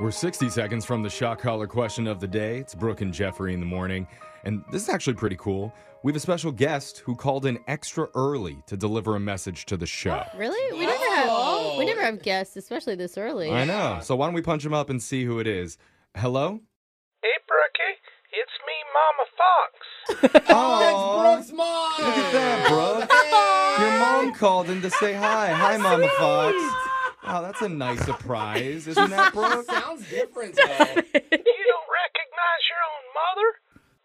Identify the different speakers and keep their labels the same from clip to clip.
Speaker 1: We're 60 seconds from the shock collar question of the day. It's Brooke and Jeffrey in the morning. And this is actually pretty cool. We have a special guest who called in extra early to deliver a message to the show.
Speaker 2: Really? We never have we never have guests, especially this early.
Speaker 1: I know. So why don't we punch him up and see who it is? Hello?
Speaker 3: Hey, Brookie, it's me, Mama Fox.
Speaker 1: Oh,
Speaker 4: Brooke's mom.
Speaker 1: look at that, bro. Your mom called in to say hi. Hi, Mama Fox. Oh, that's a nice surprise, isn't that, Brooke?
Speaker 4: Sounds different though.
Speaker 3: You don't recognize your own mother?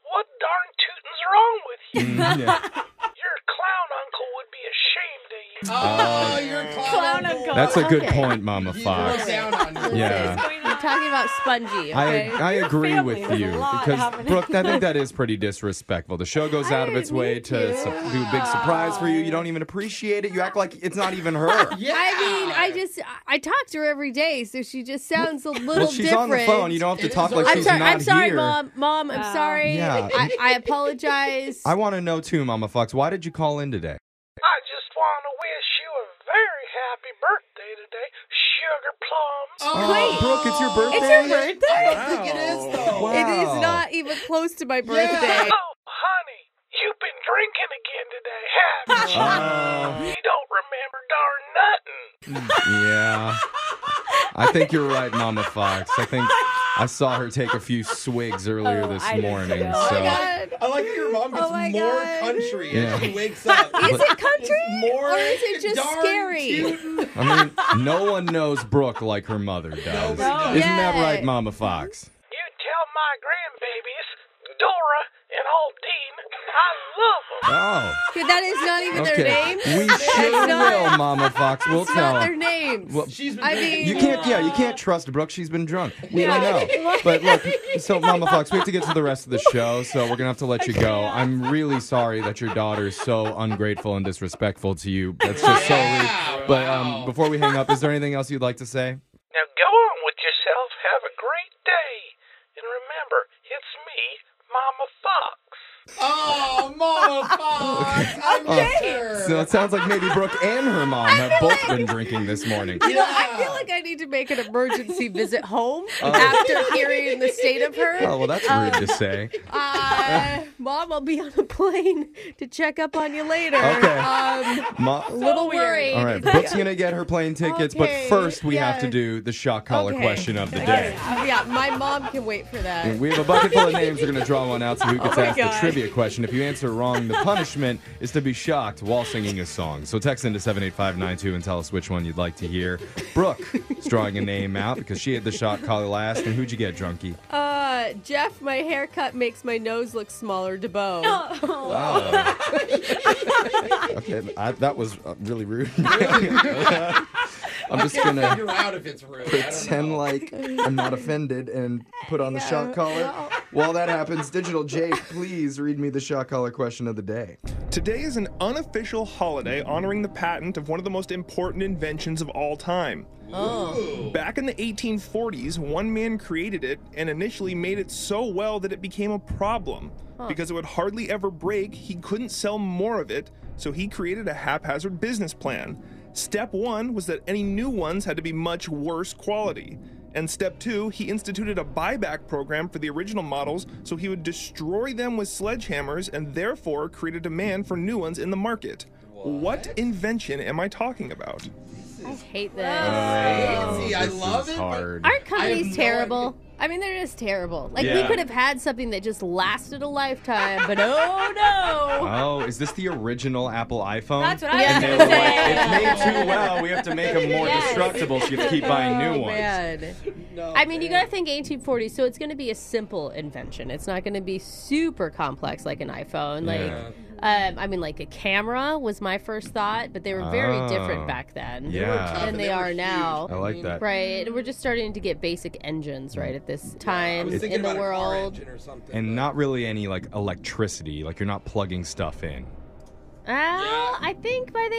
Speaker 3: What darn tootin's wrong with you?
Speaker 1: Mm, yeah.
Speaker 3: Your clown uncle would be ashamed of you.
Speaker 4: oh, you're clown,
Speaker 5: Clown uncle.
Speaker 1: Uh, That's a good
Speaker 2: Okay.
Speaker 1: point, Mama
Speaker 4: You
Speaker 1: Fox.
Speaker 4: look down on you.
Speaker 1: Yeah.
Speaker 2: We're talking about Spongy.
Speaker 1: I,
Speaker 2: Okay?
Speaker 1: I agree with
Speaker 5: There's a
Speaker 1: you
Speaker 5: lot
Speaker 1: because
Speaker 5: happening.
Speaker 1: Brooke, I think that is pretty disrespectful. The show goes out of its way to su- do a big surprise for you. You don't even appreciate it. You act like it's not even her.
Speaker 4: Yeah.
Speaker 2: I mean, I just I- I talk to her every day, so she just sounds a little
Speaker 1: well, she's
Speaker 2: different.
Speaker 1: on the phone. You don't have to
Speaker 4: It
Speaker 1: talk
Speaker 4: is
Speaker 1: like
Speaker 4: okay.
Speaker 2: I'm
Speaker 1: she's
Speaker 2: sorry.
Speaker 1: not
Speaker 2: I'm sorry,
Speaker 1: here.
Speaker 2: mom. Mom, I'm
Speaker 5: Wow.
Speaker 2: sorry.
Speaker 1: Yeah.
Speaker 2: I, I apologize.
Speaker 1: I want to know too, Mama Fox. Why did you call in today?
Speaker 3: I just want to wish you a very happy birthday today, sugar plums.
Speaker 4: Oh,
Speaker 1: Oh, Brooke, it's your birthday.
Speaker 2: it's your birthday.
Speaker 4: I think it is though.
Speaker 1: Wow.
Speaker 2: It is not even close to my birthday.
Speaker 3: Oh, honey, you've been drinking again today, haven't you?
Speaker 1: Oh,
Speaker 3: You don't remember darn nothing.
Speaker 5: Hmm.
Speaker 1: yeah. I think you're right, Mama Fox. I think I saw her take a few swigs earlier
Speaker 5: Oh,
Speaker 1: this
Speaker 5: I did
Speaker 1: morning.
Speaker 5: too.
Speaker 1: So.
Speaker 5: Oh my
Speaker 2: God.
Speaker 4: I like that your mom gets
Speaker 2: Oh my
Speaker 4: more
Speaker 2: God.
Speaker 4: country
Speaker 1: Yeah.
Speaker 4: as she wakes up.
Speaker 2: Is it country
Speaker 4: more
Speaker 2: or is it just
Speaker 4: darn
Speaker 2: scary?
Speaker 4: tootin'.
Speaker 1: I mean, no one knows Brooke like her mother does.
Speaker 4: Nobody does.
Speaker 1: Isn't that
Speaker 2: Yeah.
Speaker 1: right, Mama Fox?
Speaker 3: You tell my grandbabies, Dora and Aldine, I love them.
Speaker 1: Oh,
Speaker 2: That is not even
Speaker 1: okay.
Speaker 2: their name.
Speaker 1: We sure
Speaker 2: not-
Speaker 1: will, Mama Fox. We'll
Speaker 2: It's
Speaker 1: tell
Speaker 2: not
Speaker 1: her.
Speaker 2: their names.
Speaker 1: Well,
Speaker 4: She's been
Speaker 2: I
Speaker 4: drinking.
Speaker 2: mean-
Speaker 1: you can't. Yeah, you can't trust Brooke. She's been drunk. We don't know. But look, so Mama Fox, we have to get to the rest of the show, so we're gonna have to let you go. I'm really sorry that your daughter's so ungrateful and disrespectful to you. That's just so
Speaker 4: Yeah,
Speaker 1: rude. But um,
Speaker 4: wow.
Speaker 1: before we hang up, is there anything else you'd like to say?
Speaker 3: Now go on with yourself. Have a great day. And remember, it's me, Mama Fox.
Speaker 4: Oh, Mama Fox. I miss her.
Speaker 1: So it sounds like maybe Brooke and her mom have both been drinking this morning.
Speaker 2: I,
Speaker 4: Yeah.
Speaker 2: I feel like I need to make an emergency visit home after hearing the state of her.
Speaker 1: Oh, well, that's rude to say.
Speaker 2: Uh, Mom, I'll be on a plane to check up on you later.
Speaker 1: Okay.
Speaker 2: Um,
Speaker 1: Mom.
Speaker 2: little
Speaker 5: weird.
Speaker 2: worried.
Speaker 1: All right, Brooke's going to get her plane tickets,
Speaker 2: Okay,
Speaker 1: but first we have to
Speaker 2: yeah.
Speaker 1: do the shock collar
Speaker 2: Okay. Uh,
Speaker 1: question of the day.
Speaker 2: Yeah, my mom can wait for that.
Speaker 1: And we have a bucket full of names. We're going to draw one out so who gets
Speaker 5: my
Speaker 1: asked the
Speaker 5: God.
Speaker 1: trivia question. If you answer wrong, the punishment is to be shocked while singing a song. So text into 78592 and tell us which one you'd like to hear. Brooke is drawing a name out because she had the shock collar last. And who'd you get, Drunkie?
Speaker 2: Uh, Jeff, my haircut makes my nose look smaller to bow.
Speaker 1: Wow. okay, I, that was uh, really rude. I'm just
Speaker 4: I can't
Speaker 1: gonna
Speaker 4: figure out if it's rude. I don't know.
Speaker 1: pretend like I'm not offended and put on the shock collar. While that happens, Digital Jake, please read me the shock collar question of the day.
Speaker 6: Today is an unofficial holiday honoring the patent of one of the most important inventions of all time.
Speaker 4: Oh.
Speaker 6: Back in the 1840s, one man created it and initially made it so well that it became a problem. Because it would hardly ever break, he couldn't sell more of it, so he created a haphazard business plan. Step one was that any new ones had to be much worse quality. And step two, he instituted a buyback program for the original models so he would destroy them with sledgehammers and therefore create a demand for new ones in the market. what invention am I talking about?
Speaker 2: I hate this.
Speaker 4: See, I love it, but-
Speaker 2: Aren't companies
Speaker 4: no
Speaker 2: terrible? I mean, they're just terrible. Like, we
Speaker 1: Yeah.
Speaker 2: could have had something that just lasted a lifetime, but oh no.
Speaker 1: Oh, is this the original Apple iPhone?
Speaker 5: That's what I
Speaker 2: Yeah.
Speaker 5: was going
Speaker 1: Um, And they were
Speaker 5: to
Speaker 1: like,
Speaker 5: say.
Speaker 1: it's made too well. We have to make them more
Speaker 5: Yes.
Speaker 1: destructible, so you have to keep buying new
Speaker 2: Oh,
Speaker 1: ones.
Speaker 2: man.
Speaker 4: No,
Speaker 2: I mean, you
Speaker 4: man.
Speaker 2: gotta think 1840, so it's gonna be a simple invention. It's not gonna be super complex like an iPhone. Like, um, I mean, like a camera was my first thought, but they were very
Speaker 1: Oh.
Speaker 2: different back then.
Speaker 1: Yeah.
Speaker 4: tough
Speaker 2: Than
Speaker 4: and
Speaker 2: they,
Speaker 4: were
Speaker 2: are
Speaker 4: huge.
Speaker 2: now.
Speaker 1: I like that.
Speaker 2: Right, and we're just starting to get basic engines right at this
Speaker 4: I
Speaker 2: time
Speaker 4: was thinking
Speaker 2: in the
Speaker 4: about a car
Speaker 2: world.
Speaker 4: engine or something,
Speaker 1: And
Speaker 4: but-
Speaker 1: not really any like electricity. Like you're not plugging stuff in.
Speaker 2: Well, I think by the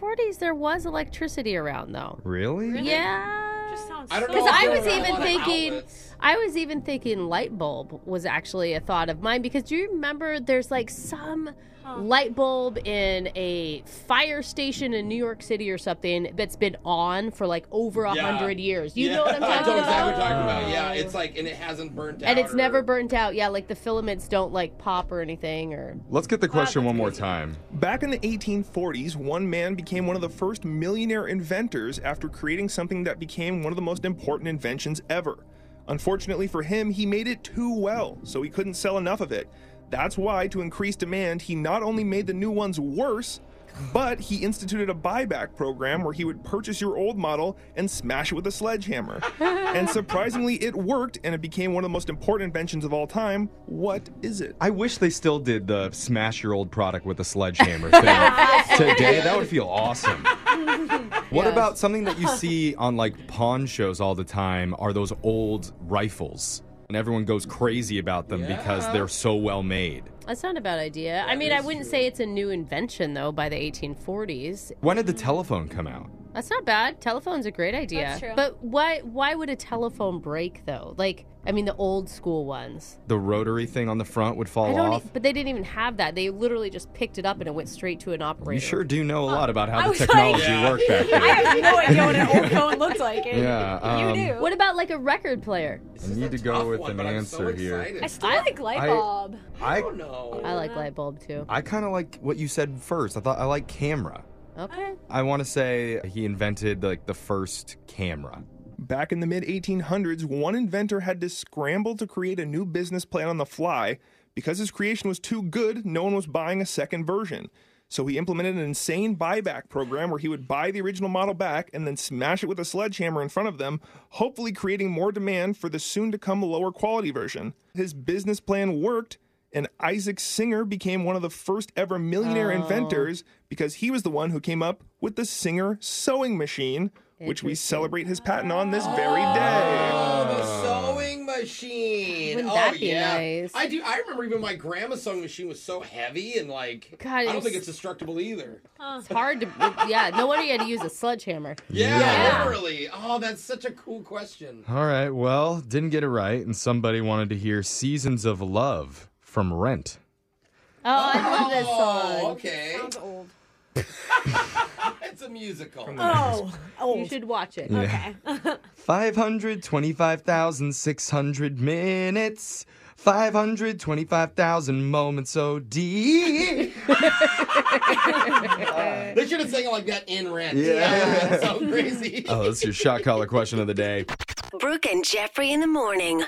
Speaker 2: 1840s there was electricity around though.
Speaker 1: Really?
Speaker 2: Yeah.
Speaker 5: Just sounds
Speaker 4: I don't
Speaker 5: so
Speaker 4: know
Speaker 2: Because
Speaker 4: if
Speaker 2: I
Speaker 4: there
Speaker 2: was
Speaker 4: were a
Speaker 2: even
Speaker 4: lot of
Speaker 2: thinking-
Speaker 4: outlets.
Speaker 2: I was even thinking light bulb was actually a thought of mine because do you remember there's like some light bulb in a fire station in New York City or something that's been on for like over a
Speaker 4: Yeah.
Speaker 2: hundred years. You
Speaker 4: Yeah.
Speaker 2: know what I'm
Speaker 4: I
Speaker 2: talking
Speaker 4: know
Speaker 2: about?
Speaker 4: exactly what you're talking about. Yeah, it's like, and it hasn't burnt out.
Speaker 2: and it's
Speaker 4: or-
Speaker 2: never burnt out. Yeah, like the filaments don't like pop or anything or
Speaker 1: Let's get the question one more time.
Speaker 6: Back in the 1840s, one man became one of the first millionaire inventors after creating something that became one of the most important inventions ever. Unfortunately for him, he made it too well, so he couldn't sell enough of it. That's why, to increase demand, he not only made the new ones worse, but he instituted a buyback program where he would purchase your old model and smash it with a sledgehammer. and surprisingly, it worked and it became one of the most important inventions of all time. What is it?
Speaker 1: I wish they still did the smash your old product with a sledgehammer thing today. That would feel awesome. What
Speaker 2: Yes.
Speaker 1: about something that you see on like pawn shows all the time? Are those old rifles? And everyone goes crazy about them because they're so well made.
Speaker 2: that's not a bad idea. I mean, I wouldn't say it's a new invention though by the 1840s.
Speaker 1: When did the telephone come out?
Speaker 2: That's not bad. Telephone's a great idea.
Speaker 5: That's true.
Speaker 2: But why why would a telephone break though? Like I mean the old school ones.
Speaker 1: The rotary thing on the front would
Speaker 2: I
Speaker 1: fall
Speaker 2: don't
Speaker 1: off.
Speaker 2: e- but they didn't even have that. They literally just picked it up and it went straight to an operator.
Speaker 1: You sure do know a lot about
Speaker 5: e- I
Speaker 1: how the
Speaker 5: was like-
Speaker 1: technology
Speaker 4: Yeah.
Speaker 1: worked back
Speaker 5: I
Speaker 1: then.
Speaker 5: have no idea what an old phone looks like. and
Speaker 1: Yeah, um,
Speaker 5: you do.
Speaker 2: What about like a record player?
Speaker 4: This is
Speaker 1: need
Speaker 4: a
Speaker 1: to go
Speaker 4: tough
Speaker 1: with
Speaker 4: one,
Speaker 1: an
Speaker 4: but I'm so
Speaker 1: answer here.
Speaker 4: excited.
Speaker 5: I still like light
Speaker 1: I-
Speaker 5: bulb.
Speaker 4: I
Speaker 1: I
Speaker 4: don't know.
Speaker 2: I like light bulb too.
Speaker 1: I kind of like what you said first. I thought I like camera.
Speaker 2: Okay.
Speaker 1: I want to say he invented like the first camera.
Speaker 6: Back in the mid 1800s, one inventor had to scramble to create a new business plan on the fly. Because his creation was too good, no one was buying a second version. So he implemented an insane buyback program where he would buy the original model back and then smash it with a sledgehammer in front of them, hopefully creating more demand for the soon to come lower quality version. His business plan worked, and Isaac Singer became one of the first ever millionaire inventors because he was the one who came up with the Singer sewing machine, which we celebrate his patent on this very day.
Speaker 4: Oh, the sewing machine.
Speaker 2: Wouldn't
Speaker 4: oh,
Speaker 2: that be
Speaker 4: yeah.
Speaker 2: nice?
Speaker 4: I do. I remember even my grandma's sewing machine was so heavy and like.
Speaker 2: God,
Speaker 4: I
Speaker 2: it
Speaker 4: don't
Speaker 2: was-
Speaker 4: think it's destructible either.
Speaker 2: It's hard to yeah, no wonder you had to use a sledgehammer.
Speaker 4: Yeah,
Speaker 2: Yeah.
Speaker 4: literally. Oh, that's such a cool question.
Speaker 1: All right, well, didn't get it right, and somebody wanted to hear Seasons of Love from Rent.
Speaker 2: Oh, I love this
Speaker 4: Oh,
Speaker 2: song.
Speaker 4: okay.
Speaker 5: Sounds old.
Speaker 4: It's a musical.
Speaker 5: Oh,
Speaker 2: You
Speaker 5: old.
Speaker 2: should watch it.
Speaker 5: Okay.
Speaker 1: 525,600 minutes, 525,000 moments, so deep.
Speaker 7: Oh.
Speaker 4: They should have sang it like that in Rent.
Speaker 1: Yeah.
Speaker 4: yeah so crazy.
Speaker 1: oh, that's your shot collar question of the day.
Speaker 8: Brooke and Jeffrey in the morning.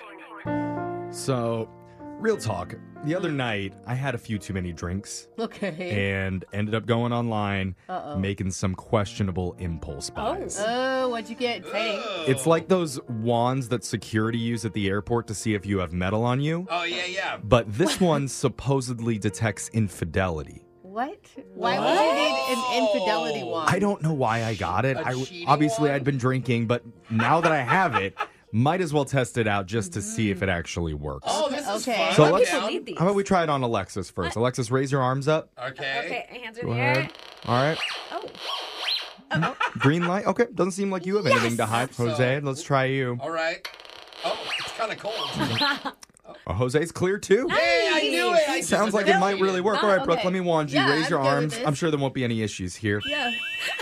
Speaker 1: So, real talk. The other night, I had a few too many drinks
Speaker 2: Okay.
Speaker 1: and ended up going online, making some questionable impulse buys.
Speaker 2: Oh, what'd you get? Tank.
Speaker 1: It's like those wands that security use at the airport to see if you have metal on you.
Speaker 4: Oh yeah, yeah.
Speaker 1: But this one supposedly detects infidelity.
Speaker 7: What? Why would you need an infidelity wand?
Speaker 1: Oh. I don't know why I got it. I
Speaker 4: cheating
Speaker 1: obviously
Speaker 4: wand?
Speaker 1: I'd been drinking, but now that I have it, might as well test it out just to see if it actually works.
Speaker 4: Oh, this is
Speaker 7: Okay.
Speaker 4: fun.
Speaker 1: So
Speaker 4: I'm
Speaker 1: let's-
Speaker 4: down.
Speaker 5: People need these.
Speaker 1: How about we try it on Alexis first? Alexis, raise your arms up.
Speaker 4: Okay.
Speaker 5: Okay, hands in
Speaker 1: Go
Speaker 5: the
Speaker 1: ahead.
Speaker 5: air.
Speaker 1: All right.
Speaker 5: Oh.
Speaker 1: Green light. Okay. Doesn't seem like you have anything to hide,
Speaker 4: So-
Speaker 1: Jose. Let's try you.
Speaker 4: All right. Oh, it's kind of cold.
Speaker 1: Oh, Jose's clear too.
Speaker 4: hey, I knew it. I
Speaker 1: Sounds like it might really work.
Speaker 7: Not-
Speaker 1: All right, Brooke,
Speaker 7: Oh, okay.
Speaker 1: let me wand you.
Speaker 7: Yeah,
Speaker 1: raise
Speaker 7: I'm
Speaker 1: your
Speaker 7: good with
Speaker 1: arms.
Speaker 7: this.
Speaker 1: I'm sure there won't be any issues here.
Speaker 7: Yeah.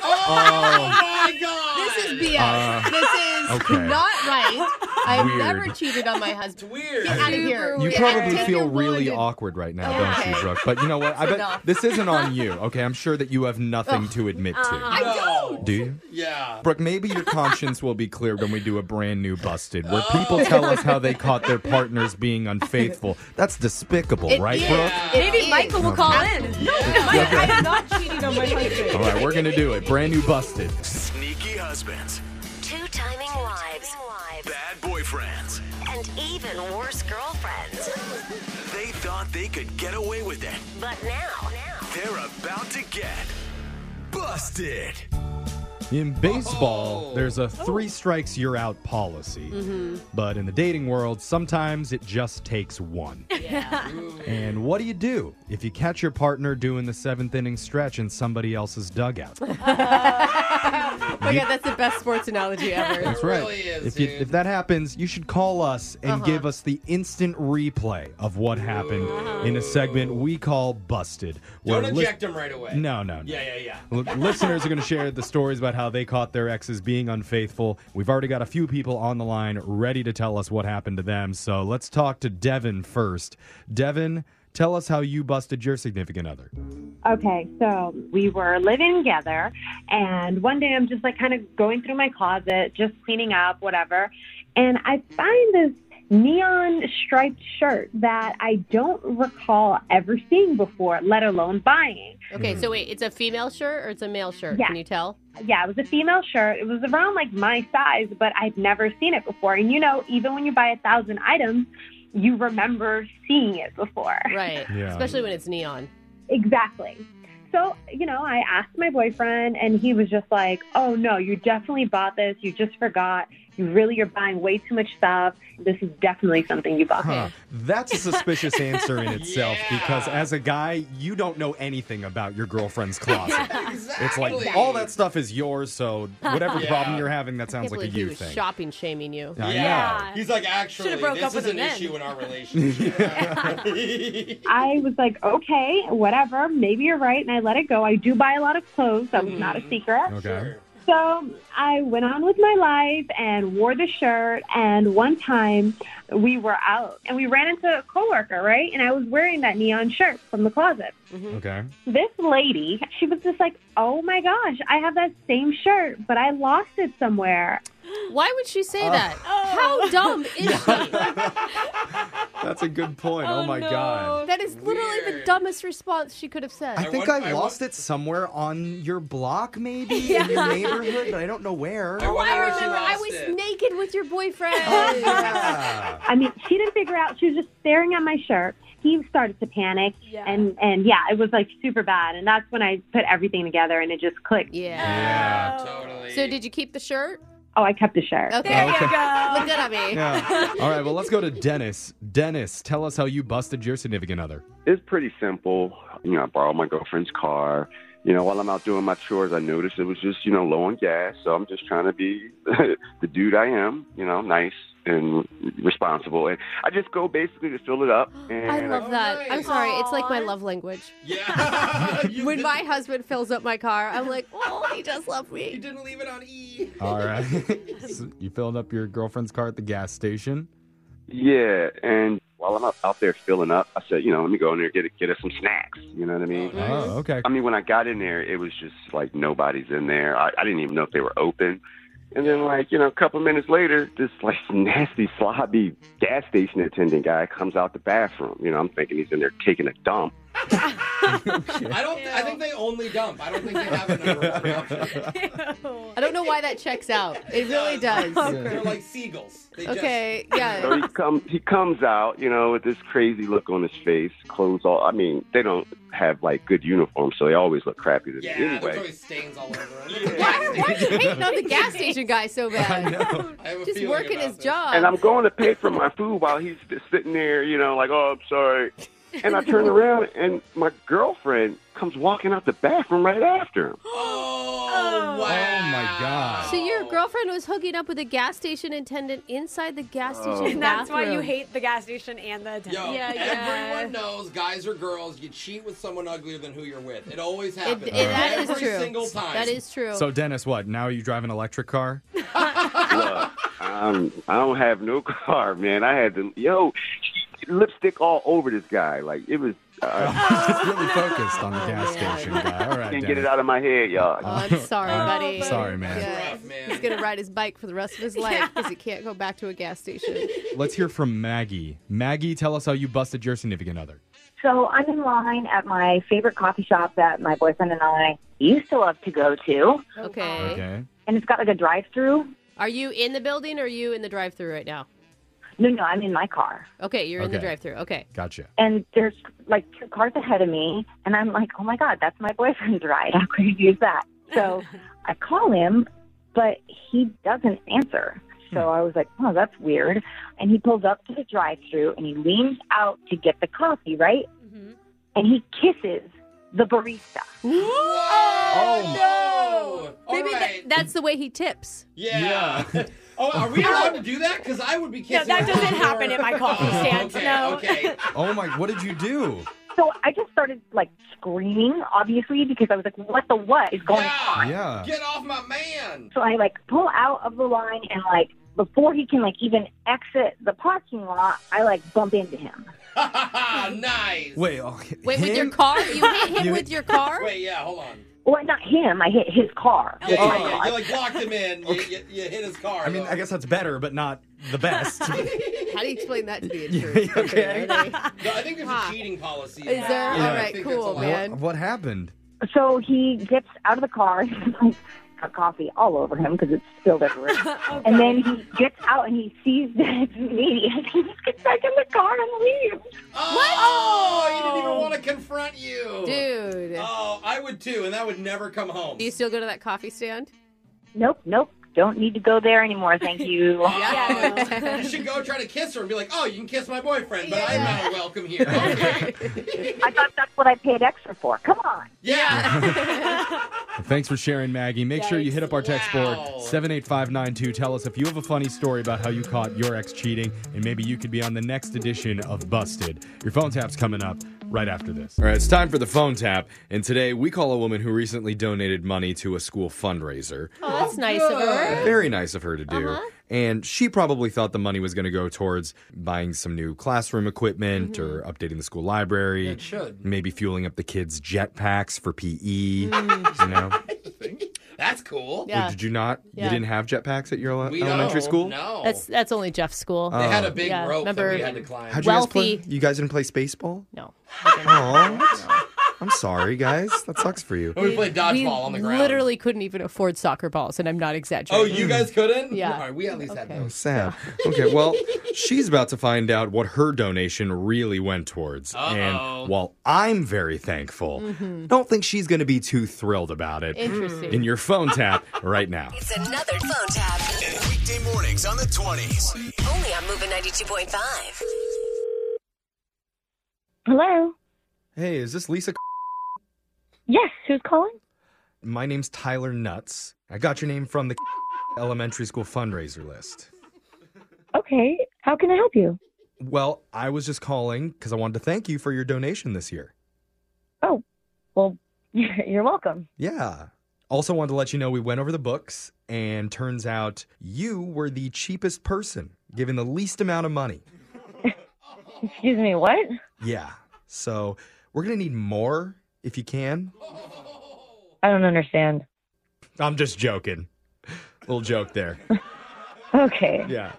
Speaker 4: Oh my god.
Speaker 7: This is BS.
Speaker 1: Uh,
Speaker 7: this is
Speaker 1: okay.
Speaker 7: not right. I've
Speaker 1: Weird.
Speaker 7: never cheated on my husband.
Speaker 4: weird.
Speaker 7: Get out of here.
Speaker 1: You
Speaker 7: Yeah.
Speaker 1: probably
Speaker 7: Take
Speaker 1: feel
Speaker 7: your
Speaker 1: really
Speaker 7: wand and-
Speaker 1: awkward right now, don't you,
Speaker 7: Okay.
Speaker 1: Brooke? But you know what? I bet
Speaker 7: enough.
Speaker 1: this isn't on you. Okay, I'm sure that you have nothing to admit
Speaker 5: Uh-huh.
Speaker 1: to.
Speaker 4: No.
Speaker 1: Do you?
Speaker 7: Uh.
Speaker 4: Yeah.
Speaker 1: Brooke, maybe your conscience will be cleared when we do a brand new busted where
Speaker 7: Oh.
Speaker 1: people tell us how they caught their partners being unfaithful. That's despicable,
Speaker 7: It
Speaker 1: right,
Speaker 7: is.
Speaker 1: Brooke?
Speaker 7: It
Speaker 5: Maybe
Speaker 7: is.
Speaker 5: Michael will call in.
Speaker 7: I am not cheating on my
Speaker 1: All
Speaker 7: husband.
Speaker 1: right, we're going to do it. Brand new busted.
Speaker 9: Sneaky husbands,
Speaker 8: Two timing wives
Speaker 9: bad boyfriends.
Speaker 8: and even worse girlfriends.
Speaker 9: They thought they could get away with it.
Speaker 8: But now, now.
Speaker 9: They're about to get busted.
Speaker 1: In baseball,
Speaker 4: Oh.
Speaker 1: there's a three strikes you're out policy. But in the dating world, sometimes it just takes one. and what do you do if you catch your partner doing the seventh inning stretch in somebody else's dugout?
Speaker 7: Oh my god, that's the best sports analogy ever.
Speaker 1: That's right.
Speaker 4: really is,
Speaker 1: if, you,
Speaker 4: dude. Uh-huh.
Speaker 1: if that happens, you should call us and give us the instant replay of what happened in a segment we call Busted. where
Speaker 4: Don't
Speaker 1: lis-
Speaker 4: eject him right away.
Speaker 1: No, no, no.
Speaker 4: Yeah, yeah, yeah.
Speaker 1: L- Listeners are going to share the stories about how they caught their exes being unfaithful. We've already got a few people on the line ready to tell us what happened to them. So let's talk to Devin first. Devin, tell us how you busted your significant other.
Speaker 10: Okay, so we were living together, and one day I'm just like kind of going through my closet, just cleaning up, whatever, and I find this neon striped shirt that I don't recall ever seeing before, let alone buying.
Speaker 2: Okay, so wait, it's a female shirt or it's a male shirt?
Speaker 10: Yeah.
Speaker 2: Can you tell?
Speaker 10: Yeah, it was a female shirt. It was around like my size, but I'd never seen it before. And you know, even when you buy a thousand items, you remember seeing it before.
Speaker 2: Right.
Speaker 1: Yeah.
Speaker 2: Especially when it's neon.
Speaker 10: Exactly. So, you know, I asked my boyfriend, and he was just like, oh no, you definitely bought this. You just forgot. You really are buying way too much stuff. This is definitely something you bought.
Speaker 1: Huh. That's a suspicious answer in itself
Speaker 4: Yeah.
Speaker 1: because as a guy, you don't know anything about your girlfriend's closet.
Speaker 4: Exactly.
Speaker 1: It's like all that stuff is yours, so whatever
Speaker 4: Yeah.
Speaker 1: problem you're having, that sounds
Speaker 2: I can't
Speaker 1: like a
Speaker 2: believe he
Speaker 1: you
Speaker 2: was
Speaker 1: thing.
Speaker 2: shopping shaming you.
Speaker 1: I know.
Speaker 4: He's like, actually,
Speaker 5: broke
Speaker 4: this
Speaker 5: up with
Speaker 4: is an
Speaker 5: him then.
Speaker 4: issue in our relationship.
Speaker 10: I was like, okay, whatever. Maybe you're right. And I let it go. I do buy a lot of clothes. That was not a secret.
Speaker 8: Mm.
Speaker 1: Okay.
Speaker 10: So I went on with my life and wore the shirt. And one time we were out and we ran into a coworker, right? And I was wearing that neon shirt from the closet.
Speaker 8: Mm-hmm.
Speaker 1: Okay.
Speaker 10: This lady, she was just like, oh my gosh, I have that same shirt, but I lost it somewhere.
Speaker 2: Why would she
Speaker 1: Oh.
Speaker 2: say that? How dumb is she?
Speaker 1: That's a good point. Oh, my god.
Speaker 2: That is literally the
Speaker 4: Weird.
Speaker 2: dumbest response she could have said.
Speaker 1: I think
Speaker 4: want-
Speaker 1: I,
Speaker 4: I
Speaker 1: lost it somewhere on your block, maybe in your neighborhood, but I don't know where.
Speaker 4: Oh, I wonder
Speaker 2: I
Speaker 4: where she
Speaker 2: remember I
Speaker 4: lost
Speaker 2: was
Speaker 4: it.
Speaker 2: naked with your boyfriend.
Speaker 1: Yeah.
Speaker 10: I mean, she didn't figure out. She was just staring at my shirt. He started to panic,
Speaker 5: Yeah.
Speaker 10: and and yeah, it was like super bad. And that's when I put everything together, and it just clicked.
Speaker 2: yeah.
Speaker 1: Yeah.
Speaker 4: Totally.
Speaker 2: So did you keep the shirt?
Speaker 10: Oh, I kept the shirt.
Speaker 2: Okay.
Speaker 5: There
Speaker 1: Okay.
Speaker 5: you go.
Speaker 2: Look good at me.
Speaker 1: Yeah. All right. Well, let's go to Dennis. Dennis, tell us how you busted your significant other.
Speaker 11: It's pretty simple. You know, I borrowed my girlfriend's car. You know, while I'm out doing my chores, I noticed it was just, you know, low on gas. So I'm just trying to be the dude I am, you know, nice and responsible. And I just go basically to fill it up. And
Speaker 2: I love that. I'm
Speaker 4: Oh, nice.
Speaker 2: sorry. It's like my
Speaker 5: Aw.
Speaker 2: love language.
Speaker 4: Yeah. you,
Speaker 2: When
Speaker 4: did,
Speaker 2: my husband fills up my car, I'm like, oh, he just loved
Speaker 4: you
Speaker 2: me.
Speaker 4: didn't leave it on E.
Speaker 1: All right. So you filled up your girlfriend's car at the gas station.
Speaker 11: Yeah, and while I'm out, out there filling up, I said, you know, let me go in there get get us some snacks. You know what I mean?
Speaker 4: Oh, nice.
Speaker 1: Oh, okay.
Speaker 11: I mean, when I got in there, it was just like nobody's in there. I, I didn't even know if they were open. And then, like you know, a couple minutes later, this like nasty, sloppy gas station attendant guy comes out the bathroom. You know, I'm thinking he's in there taking a dump.
Speaker 4: I don't. I think they only dump. I don't think they have a number one option.
Speaker 2: I don't know why that checks out. It really does.
Speaker 4: They're like seagulls. They
Speaker 2: Okay.
Speaker 11: So
Speaker 2: Yeah.
Speaker 11: he comes, he comes out, you know, with this crazy look on his face, clothes all. I mean, they don't have like good uniforms, so they always look crappy to
Speaker 4: Just, yeah.
Speaker 11: me.
Speaker 4: There's
Speaker 11: Anyway,
Speaker 4: always stains all over them.
Speaker 2: Why, why are you hating on the gas station guy so bad?
Speaker 4: I have a
Speaker 2: Just
Speaker 4: feeling
Speaker 2: working
Speaker 4: about
Speaker 2: his
Speaker 4: this.
Speaker 2: job.
Speaker 11: and I'm going to pay for my food while he's just sitting there, you know, like, oh, I'm sorry. And I turn around, and my girlfriend comes walking out the bathroom right after him.
Speaker 4: Oh, wow.
Speaker 1: Oh, my God.
Speaker 2: so your girlfriend was hooking up with a gas station attendant inside the gas station
Speaker 5: And that's why you
Speaker 2: bathroom.
Speaker 5: hate the gas station and the attendant.
Speaker 4: Oh. Yo,
Speaker 2: Yeah, yeah.
Speaker 4: everyone knows, guys or girls, you cheat with someone uglier than who you're with. It always happens.
Speaker 2: It, it, that is
Speaker 4: Every
Speaker 2: true.
Speaker 4: single time.
Speaker 2: That is true.
Speaker 1: So Dennis, what? Now you drive an electric car?
Speaker 11: Look, I'm, I don't have no car, man. I had to, yo, lipstick all over this guy. Like, it was, uh,
Speaker 1: Just really focused on the gas station guy. All right.
Speaker 11: I can't get it
Speaker 1: Dennis.
Speaker 11: out of my head, y'all.
Speaker 2: Oh, I'm sorry, buddy.
Speaker 1: Sorry, man.
Speaker 2: Yeah.
Speaker 4: rough, man.
Speaker 2: He's gonna ride his bike for the rest of his life because he can't go back to a gas station.
Speaker 1: Let's hear from Maggie. Maggie, tell us how you busted your significant other.
Speaker 10: So I'm in line at my favorite coffee shop that my boyfriend and I used to love to go to,
Speaker 5: Oh,
Speaker 2: Okay.
Speaker 1: Okay.
Speaker 10: and it's got like a drive-through.
Speaker 2: Are you in the building or are you in the drive-through right now?
Speaker 10: No, no, I'm in my car,
Speaker 2: Okay, you're in the
Speaker 1: Okay.
Speaker 2: drive-through. Okay.
Speaker 1: Gotcha.
Speaker 10: and there's like two cars ahead of me, and I'm like, oh my god, that's my boyfriend's ride. How could you use that? So I call him, but he doesn't answer. So I was like, oh, that's weird. And he pulls up to the drive-through, and he leans out to get the coffee, right? And he kisses the barista.
Speaker 4: Whoa!
Speaker 2: Oh, no. Maybe tha-
Speaker 4: right.
Speaker 2: that's the way he tips.
Speaker 4: Yeah. oh, are we allowed to do that? Because I would be kissing.
Speaker 5: that doesn't
Speaker 4: her.
Speaker 5: happen at my coffee
Speaker 4: Oh,
Speaker 5: stands,
Speaker 4: Okay,
Speaker 5: no.
Speaker 4: okay.
Speaker 1: Oh my! What did you do?
Speaker 10: So I just started like screaming, obviously, because I was like, "What the what is going on?"
Speaker 1: Yeah.
Speaker 4: Get off my man.
Speaker 10: So I like pull out of the line and like before he can like even exit the parking lot, I like bump into him.
Speaker 4: nice.
Speaker 1: Wait. Oh,
Speaker 2: Wait, with your
Speaker 1: him?
Speaker 2: car? You hit him
Speaker 1: You-
Speaker 2: with your car?
Speaker 4: Wait, yeah, hold on.
Speaker 10: Well, not him. I hit his car.
Speaker 4: Yeah, yeah, yeah, You like locked him in. You, you, you hit his car.
Speaker 1: I mean, I guess that's better, but not the best.
Speaker 7: How do you explain that to the
Speaker 1: Yeah,
Speaker 7: insurance?
Speaker 1: okay.
Speaker 4: No, I think there's a cheating policy. in
Speaker 7: Is
Speaker 4: that.
Speaker 7: there?
Speaker 1: Yeah.
Speaker 7: All
Speaker 1: I
Speaker 7: right,
Speaker 4: think that's
Speaker 7: cool,
Speaker 4: allowed.
Speaker 7: man.
Speaker 1: What, what happened?
Speaker 10: So he gets out of the car. like, got coffee all over him because it's spilled everywhere. and then he gets out and he sees that it's me. And he just gets back in the car and leaves.
Speaker 4: Oh, Oh, he didn't even want to confront you.
Speaker 2: Dude.
Speaker 4: Oh, I would too, and that would never come home.
Speaker 2: Do you still go to that coffee stand?
Speaker 10: Nope, nope. Don't need to go there anymore. Thank you.
Speaker 4: Oh, you should go try to kiss her and be like, oh, you can kiss my boyfriend, but I'm not welcome here. Okay.
Speaker 10: I thought that's what I paid extra for. Come on.
Speaker 4: Yeah.
Speaker 1: Thanks for sharing, Maggie. Make sure you hit up our text board 78592. Tell us if you have a funny story about how you caught your ex cheating, and maybe you could be on the next edition of Busted. Your phone tap's coming up right after this. All right, it's time for the phone tap, and today we call a woman who recently donated money to a school fundraiser.
Speaker 2: Oh, that's nice of her.
Speaker 1: Very nice of her to do.
Speaker 2: Uh-huh.
Speaker 1: And she probably thought the money was going to go towards buying some new classroom equipment
Speaker 2: Mm-hmm.
Speaker 1: or updating the school library.
Speaker 4: It should.
Speaker 1: Maybe fueling up the kids' jet packs for PE. You know?
Speaker 4: That's cool.
Speaker 1: Wait, did you not?
Speaker 2: Mm. Yeah.
Speaker 1: You didn't have jetpacks at your ele-
Speaker 4: We
Speaker 1: elementary
Speaker 4: don't.
Speaker 1: school? Oh.
Speaker 4: No.
Speaker 2: That's that's only Jeff's school.
Speaker 4: they had a big
Speaker 2: Yeah,
Speaker 4: rope that
Speaker 2: remember-
Speaker 4: we had to climb.
Speaker 1: How'd you
Speaker 2: Wealthy.
Speaker 1: Guys play? You guys didn't play spaceball?
Speaker 2: No.
Speaker 1: Oh, I'm sorry, guys. That sucks for you.
Speaker 4: And we played dodgeball
Speaker 2: we
Speaker 4: on the ground.
Speaker 2: literally couldn't even afford soccer balls, and I'm not
Speaker 4: Oh,
Speaker 2: exaggerating.
Speaker 4: you guys couldn't?
Speaker 2: Yeah.
Speaker 4: All right, we at least had those.
Speaker 1: Sad. Oh, Okay, well, she's about to find out what her donation really went towards.
Speaker 4: Uh-oh.
Speaker 1: And while I'm very thankful, don't think she's going to be too thrilled about it.
Speaker 2: Interesting.
Speaker 1: In your phone tap right now.
Speaker 8: It's another phone tap.
Speaker 9: Weekday mornings on the 20s.
Speaker 8: Only on Moving 92.5.
Speaker 10: Hello.
Speaker 1: Hey, is this Lisa?
Speaker 10: Yes, who's calling?
Speaker 1: My name's Tyler Nuts. I got your name from the elementary school fundraiser list.
Speaker 10: Okay. How can I help you?
Speaker 1: Well, I was just calling because I wanted to thank you for your donation this year.
Speaker 10: Oh, well, you're welcome.
Speaker 1: Yeah. Also, wanted to let you know we went over the books, and turns out you were the cheapest person given the least amount of money.
Speaker 10: Excuse me, what?
Speaker 1: Yeah. So, we're going to need more if you can.
Speaker 10: I don't understand.
Speaker 1: I'm just joking. Little joke there.
Speaker 10: Okay.
Speaker 1: Yeah.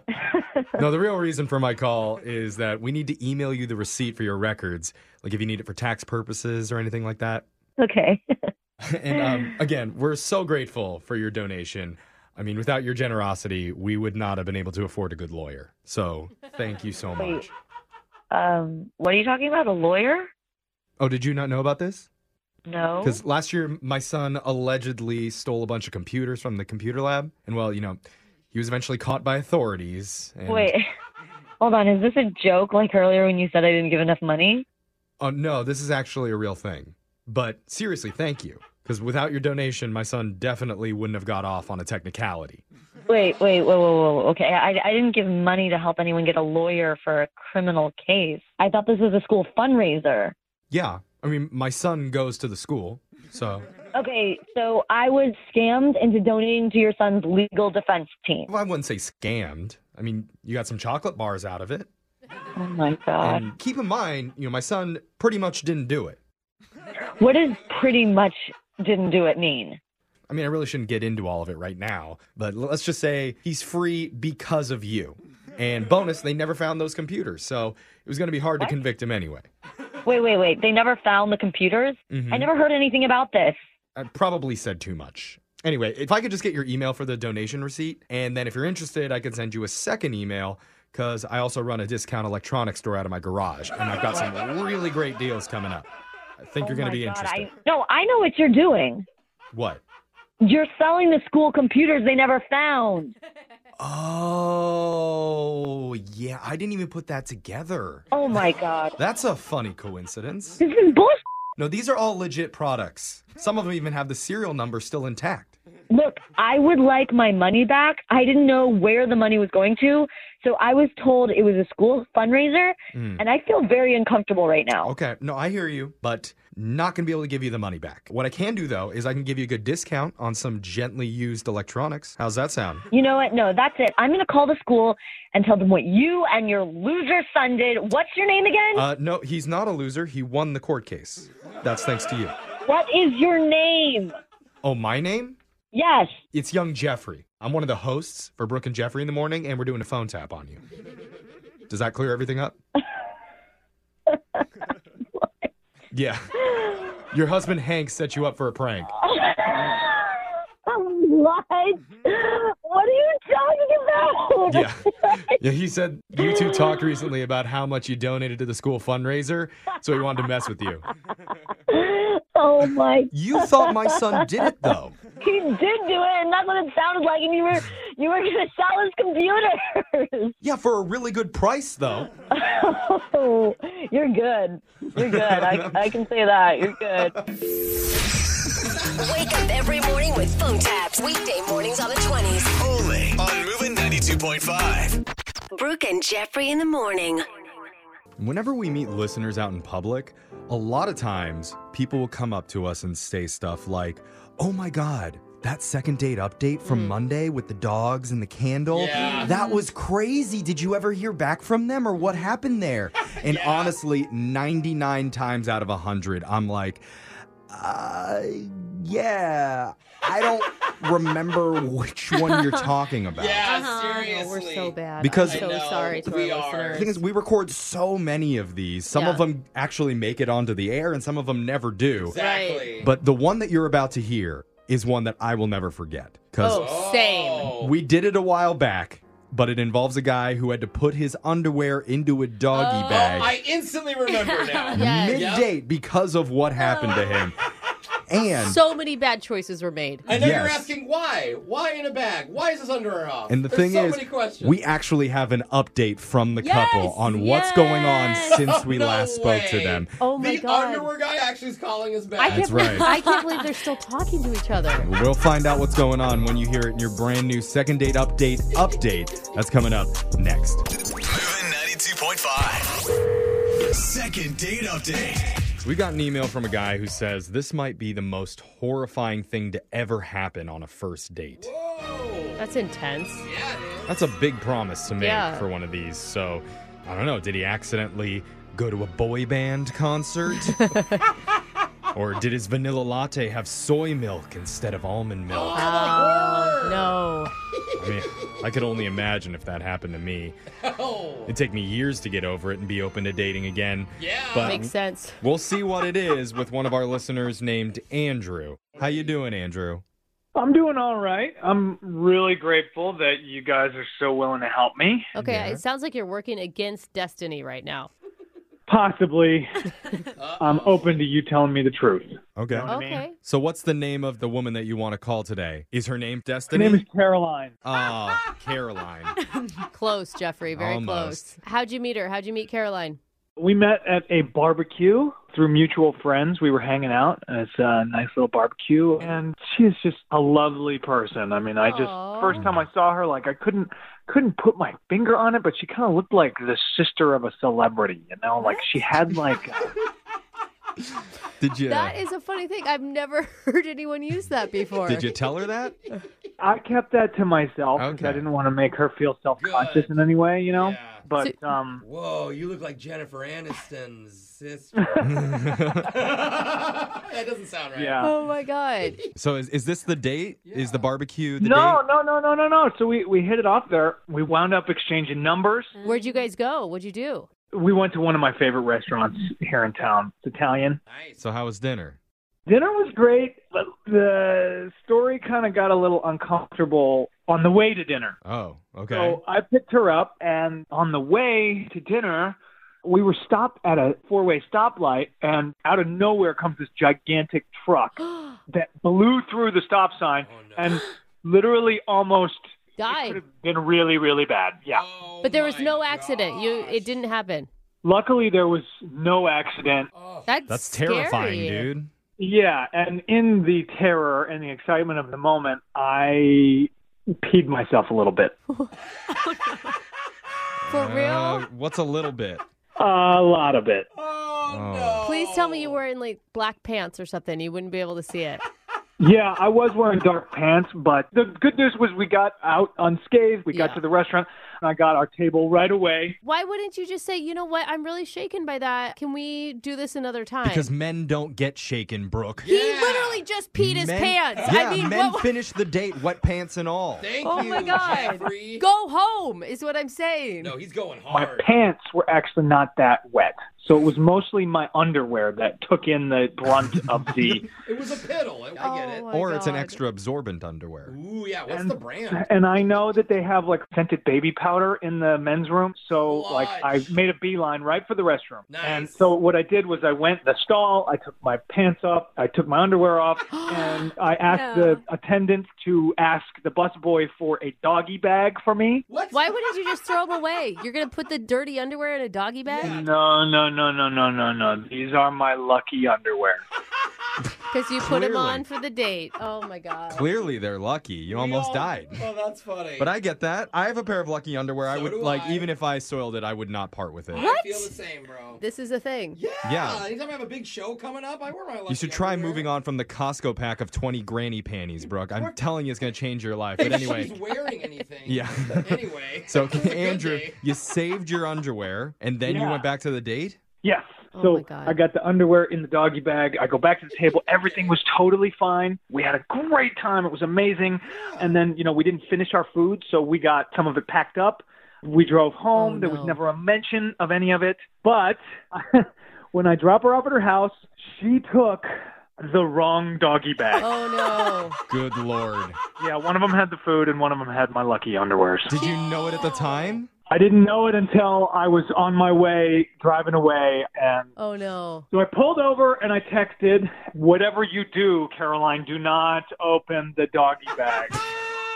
Speaker 1: No, the real reason for my call is that we need to email you the receipt for your records, like if you need it for tax purposes or anything like that.
Speaker 10: Okay.
Speaker 1: And um, again, we're so grateful for your donation. I mean, without your generosity, we would not have been able to afford a good lawyer. So thank you so much.
Speaker 10: Um, what are you talking about? A lawyer?
Speaker 1: Oh, did you not know about this?
Speaker 10: No.
Speaker 1: Because last year, my son allegedly stole a bunch of computers from the computer lab. And well, you know, he was eventually caught by authorities. And,
Speaker 10: Wait. Hold on. Is this a joke like earlier when you said I didn't give enough money?
Speaker 1: Oh, no, this is actually a real thing. But seriously, thank you. Because without your donation, my son definitely wouldn't have got off on a technicality.
Speaker 10: Wait, wait, whoa, whoa, whoa. Okay. I, I didn't give money to help anyone get a lawyer for a criminal case. I thought this was a school fundraiser.
Speaker 1: Yeah. I mean, my son goes to the school. So.
Speaker 10: Okay. So I was scammed into donating to your son's legal defense team.
Speaker 1: Well, I wouldn't say scammed. I mean, you got some chocolate bars out of it.
Speaker 10: Oh my God.
Speaker 1: And keep in mind, you know, my son pretty much didn't do it.
Speaker 10: What does pretty much didn't do it mean?
Speaker 1: I mean, I really shouldn't get into all of it right now, but l- let's just say he's free because of you. And bonus, they never found those computers, so it was going to be hard to convict him anyway.
Speaker 10: Wait, wait, wait. They never found the computers? I never heard anything about this.
Speaker 1: Mm-hmm. I probably said too much. Anyway, if I could just get your email for the donation receipt, and then if you're interested, I could send you a second email because I also run a discount electronics store out of my garage, and I've got some really great deals coming up. I think
Speaker 12: Oh
Speaker 1: you're going to be interested.
Speaker 10: Oh I, no, I know what you're doing.
Speaker 1: What?
Speaker 10: You're selling the school computers they never found.
Speaker 1: Oh, yeah. I didn't even put that together.
Speaker 10: Oh my God.
Speaker 1: That's a funny coincidence.
Speaker 10: This is bullshit.
Speaker 1: No, these are all legit products. Some of them even have the serial number still intact.
Speaker 12: Look, I would like my money back. I didn't know where the money was going to. So I was told it was a school fundraiser,
Speaker 1: Mm.
Speaker 12: and I feel very uncomfortable right now.
Speaker 1: Okay, no, I hear you, but not going to be able to give you the money back. What I can do, though, is I can give you a good discount on some gently used electronics. How's that sound?
Speaker 12: You know what? No, that's it. I'm going to call the school and tell them what you and your loser son did. What's your name again?
Speaker 1: Uh, no, he's not a loser. He won the court case. That's thanks to you.
Speaker 12: what is your name?
Speaker 1: Oh, my name?
Speaker 12: Yes.
Speaker 1: It's Young Jeffrey. I'm one of the hosts for Brooke and Jeffrey in the morning, and we're doing a phone tap on you. Does that clear everything up? yeah. Your husband Hank set you up for a prank.
Speaker 12: what? What are you talking about?
Speaker 1: Yeah. Yeah, he said you two talked recently about how much you donated to the school fundraiser, so he wanted to mess with you.
Speaker 12: Oh my!
Speaker 1: You thought my son did it though.
Speaker 12: He did do it, and that's what it sounded like. And you were you were gonna sell his computers.
Speaker 1: Yeah, for a really good price though.
Speaker 12: Oh, you're good. You're good. I, I can say that. You're good.
Speaker 8: Wake up every morning with phone taps. Weekday mornings on the 20s.
Speaker 9: Only on Moving 92.5.
Speaker 8: Brooke and Jeffrey in the morning.
Speaker 1: Whenever we meet listeners out in public, a lot of times people will come up to us and say stuff like, "Oh my god, that second date update from Monday with the dogs and the candle,
Speaker 13: Yeah.
Speaker 1: that was crazy. Did you ever hear back from them or what happened there?" And honestly, 99 times out of 100, I'm like, uh, yeah, I don't remember which one you're talking about.
Speaker 2: seriously. Mm. Uh-huh. we're so bad.
Speaker 1: Because-
Speaker 2: I'm
Speaker 1: I
Speaker 2: so
Speaker 1: know,
Speaker 2: sorry to our
Speaker 1: we
Speaker 2: listeners.
Speaker 1: The thing is, we record so many of these. Some of
Speaker 2: Yeah.
Speaker 1: them actually make it onto the air, and some of them never do.
Speaker 2: Exactly.
Speaker 1: But the one that you're about to hear is one that I will never forget because
Speaker 2: oh, same.
Speaker 1: we did it a while back. But it involves a guy who had to put his underwear into a
Speaker 2: Oh
Speaker 1: doggy bag
Speaker 4: I instantly remember now.
Speaker 1: mid date because of what happened to him. And
Speaker 2: So many bad choices were made.
Speaker 1: I know you're Yes.
Speaker 4: asking why. Why in a bag? Why is this underwear off?
Speaker 1: And the
Speaker 4: There's
Speaker 1: thing
Speaker 4: so
Speaker 1: is,
Speaker 4: many questions.
Speaker 1: we actually have an update from the couple on what's going on since we last spoke to them.
Speaker 2: Oh my
Speaker 4: the
Speaker 2: God.
Speaker 4: underwear guy actually is calling us back.
Speaker 2: I can't,
Speaker 1: That's right.
Speaker 2: believe, I can't believe they're still talking to each other.
Speaker 1: We'll find out what's going on when you hear it in your brand new second date update update. That's coming up next.
Speaker 9: Moving 92.5. Second date update.
Speaker 1: So we got an email from a guy who says this might be the most horrifying thing to ever happen on a first date.
Speaker 2: That's intense.
Speaker 1: That's a big promise to make
Speaker 2: Yeah.
Speaker 1: for one of these. So, I don't know, did he accidentally go to a boy band concert? or did his vanilla latte have soy milk instead of almond milk?
Speaker 2: Oh, no.
Speaker 1: I mean, I could only imagine if that happened to me. It'd take me years to get over it and be open to dating again. Yeah, but
Speaker 2: Makes sense.
Speaker 1: We'll see what it is with one of our listeners named Andrew. How you doing, Andrew?
Speaker 14: I'm doing all right. I'm really grateful that you guys are so willing to help me.
Speaker 2: Okay, it sounds like you're working against destiny right now.
Speaker 14: Possibly. I'm open to you telling me the truth.
Speaker 1: Okay.
Speaker 14: what I mean?
Speaker 2: Okay.
Speaker 1: So, what's the name of the woman that you want to call today? Is her name
Speaker 14: Her
Speaker 1: Destiny?
Speaker 14: name is Caroline.
Speaker 1: Oh, Caroline.
Speaker 2: Close, Jeffrey. Very
Speaker 1: Almost.
Speaker 2: close. How'd you meet her? How'd you meet Caroline?
Speaker 14: We met at a barbecue through mutual friends. We were hanging out, and it's a nice little barbecue. And she is just a lovely person. I mean, I just first time I saw her, like I couldn't couldn't put my finger on it, but she kind of looked like the sister of a celebrity. You know, like she had like.
Speaker 1: Did you?
Speaker 2: That is a funny thing. I've never heard anyone use that before.
Speaker 1: Did you tell her that?
Speaker 14: I kept that to myself because I didn't want to make her feel self conscious in any way, you know. But um,
Speaker 4: Whoa, you look like Jennifer Aniston's sister. that doesn't sound right.
Speaker 2: Oh my god.
Speaker 1: So, is, is this the date? Is the barbecue the
Speaker 14: no, no, no, no, no, no. So we we hit it off there. We wound up exchanging numbers.
Speaker 2: Where'd you guys go? What'd you do?
Speaker 14: We went to one of my favorite restaurants here in town. It's Italian.
Speaker 1: date? So, how was dinner?
Speaker 14: Dinner was great, but the story kind of got a little uncomfortable on the way to dinner.
Speaker 1: Oh, okay.
Speaker 14: So I picked her up, and on the way to dinner, we were stopped at a four way stoplight, and out of nowhere comes this gigantic truck that blew through the stop sign
Speaker 1: Oh,
Speaker 14: and literally almost
Speaker 2: Died.
Speaker 14: been really, really bad. Yeah.
Speaker 1: Oh.
Speaker 4: Oh
Speaker 2: but there was no accident. You it didn't happen.
Speaker 14: Luckily, there was no accident.
Speaker 2: That's,
Speaker 1: Oh. That's terrifying, dude.
Speaker 14: Yeah, and in the terror and the excitement of the moment, I peed myself a little bit.
Speaker 2: For real?
Speaker 1: Uh, what's a little Oh, bit?
Speaker 14: A lot of it.
Speaker 2: Oh, Please tell me you were in like black pants or something. You wouldn't be able to see it.
Speaker 14: Yeah, I was wearing dark pants, but the good news was we got out unscathed. We got to the restaurant, and I got our table right away.
Speaker 2: Why wouldn't you just say, you know what? I'm really shaken by that. Can we do this another time?
Speaker 1: Because men don't get shaken, Brooke.
Speaker 2: he literally just peed his
Speaker 1: Men-
Speaker 2: pants.
Speaker 1: Yeah,
Speaker 2: I mean,
Speaker 1: men
Speaker 2: what?
Speaker 1: finish the date, wet pants and all.
Speaker 2: oh my god! Go home is what I'm saying. No,
Speaker 4: he's going home.
Speaker 14: My pants were actually not that wet, so it was mostly my underwear that took in the brunt of the.
Speaker 4: It was a piddle. I,
Speaker 2: Oh
Speaker 4: I get it.
Speaker 1: or it's an extra absorbent underwear.
Speaker 4: Ooh, yeah. What's the brand?
Speaker 14: And I know that they have like scented baby powder in the men's room, so like I made a beeline right for the restroom. And so what I did was I went in the stall, I took my pants off, I took my underwear off, and I asked
Speaker 2: No.
Speaker 14: the attendant to ask the busboy for a doggy bag for me.
Speaker 2: Why wouldn't you just throw them away? You're gonna put the dirty underwear in a doggy bag
Speaker 14: No, no, no, no, no, no, no. These are my lucky underwear.
Speaker 2: because you put them
Speaker 1: Clearly.
Speaker 2: on for the date. Oh my god!
Speaker 1: Clearly, they're lucky. You almost died.
Speaker 4: Oh, that's funny.
Speaker 1: But I get that. I have a pair of lucky underwear. I would
Speaker 4: do
Speaker 1: like,
Speaker 4: I.
Speaker 1: even if I soiled it, I would not part with it.
Speaker 4: I feel the same, bro.
Speaker 2: This is a thing.
Speaker 4: Yeah.
Speaker 1: Yeah.
Speaker 4: Anytime I have a big show coming up, I wear my.
Speaker 1: You should try moving on from the Costco pack of 20 granny panties, Brooke. I'm telling you, it's going to change your life. But anyway,
Speaker 4: She's wearing anything.
Speaker 1: yeah.
Speaker 4: Anyway.
Speaker 1: So, Andrew, you saved your underwear and then you
Speaker 14: Yeah.
Speaker 1: went back to the date?
Speaker 14: Yes.
Speaker 1: Oh
Speaker 2: Oh
Speaker 14: So I got the underwear in the doggy bag. I go back to the table. Everything was totally fine. We had a great time. It was amazing. And then, you know, we didn't finish our food, so we got some of it packed up. We drove home. There was never a mention of any of it. But when I drop her off at her house, she took the wrong doggy bag.
Speaker 2: Oh
Speaker 1: Good lord.
Speaker 14: Yeah, one of them had the food and one of them had my lucky underwears.
Speaker 1: Did you know it at the time?
Speaker 14: I didn't know it until I was on my way driving away and
Speaker 2: Oh no!
Speaker 14: So I pulled over and I texted, whatever you do, Caroline, do not open the doggy bag.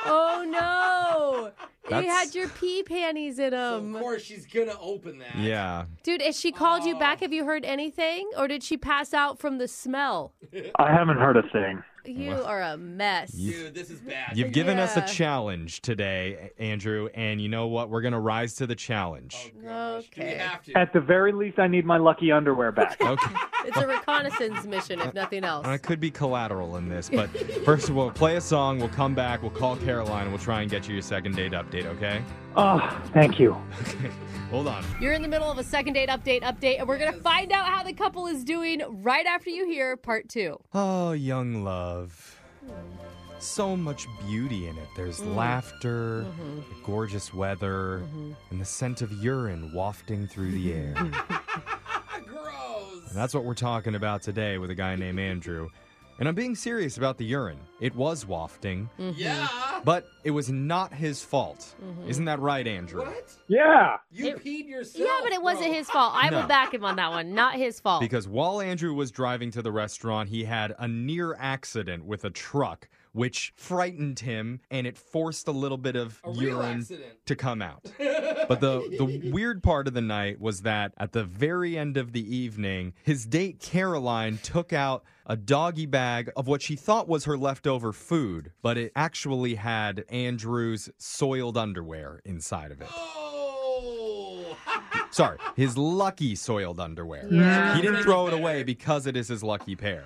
Speaker 2: Oh no! You
Speaker 14: That's-
Speaker 2: had your pee panties in them. of course,
Speaker 4: she's gonna open that.
Speaker 1: Yeah.
Speaker 2: Dude, if she called you
Speaker 4: Oh.
Speaker 2: back, have you heard anything, or did she pass out from the smell?
Speaker 14: I haven't heard a thing.
Speaker 2: You are a mess.
Speaker 4: Dude, this is bad.
Speaker 1: You've given us a
Speaker 2: Yeah.
Speaker 1: challenge today, Andrew, and you know what? We're going to rise to the
Speaker 4: Oh,
Speaker 1: challenge.
Speaker 2: Okay.
Speaker 14: At the very least, I need my lucky underwear back.
Speaker 1: Okay.
Speaker 2: It's a reconnaissance mission, if nothing else.
Speaker 1: I could be collateral in this, but first we'll play a song, we'll come back, we'll call Caroline, and we'll try and get you your second date update, okay?
Speaker 14: Oh, thank you.
Speaker 1: Hold on.
Speaker 2: You're in the middle of a second date update update, and we're going to find out how the couple is doing right after you hear part two.
Speaker 1: Oh, young love. So much beauty in it. There's
Speaker 2: Mm.
Speaker 1: laughter,
Speaker 4: Mm-hmm.
Speaker 2: Mhm.
Speaker 1: the gorgeous weather,
Speaker 2: Mm-hmm.
Speaker 1: and the scent of urine wafting through the air. And that's what we're talking about today with a guy named Andrew. And I'm being serious about the urine. It was wafting,
Speaker 2: Mm-hmm.
Speaker 4: Yeah.
Speaker 1: but it was not his fault.
Speaker 2: Mhm.
Speaker 1: Isn't that right, Andrew?
Speaker 4: What?
Speaker 14: Yeah.
Speaker 4: You peed yourself.
Speaker 2: Yeah, but it wasn't his fault. I
Speaker 1: No.
Speaker 2: will back him on that one. Not his fault.
Speaker 1: Because while Andrew was driving to the restaurant, he had a near accident with a truck, which frightened him and it forced a little bit of urine to come out. but the, the weird part of the night was that at the very end of the evening, his date Caroline took out a doggy bag of what she thought was her leftover food, but it actually had Andrew's soiled underwear inside of it. Sorry, his lucky soiled underwear.
Speaker 15: Yeah.
Speaker 1: He didn't throw it away because it is his lucky pair.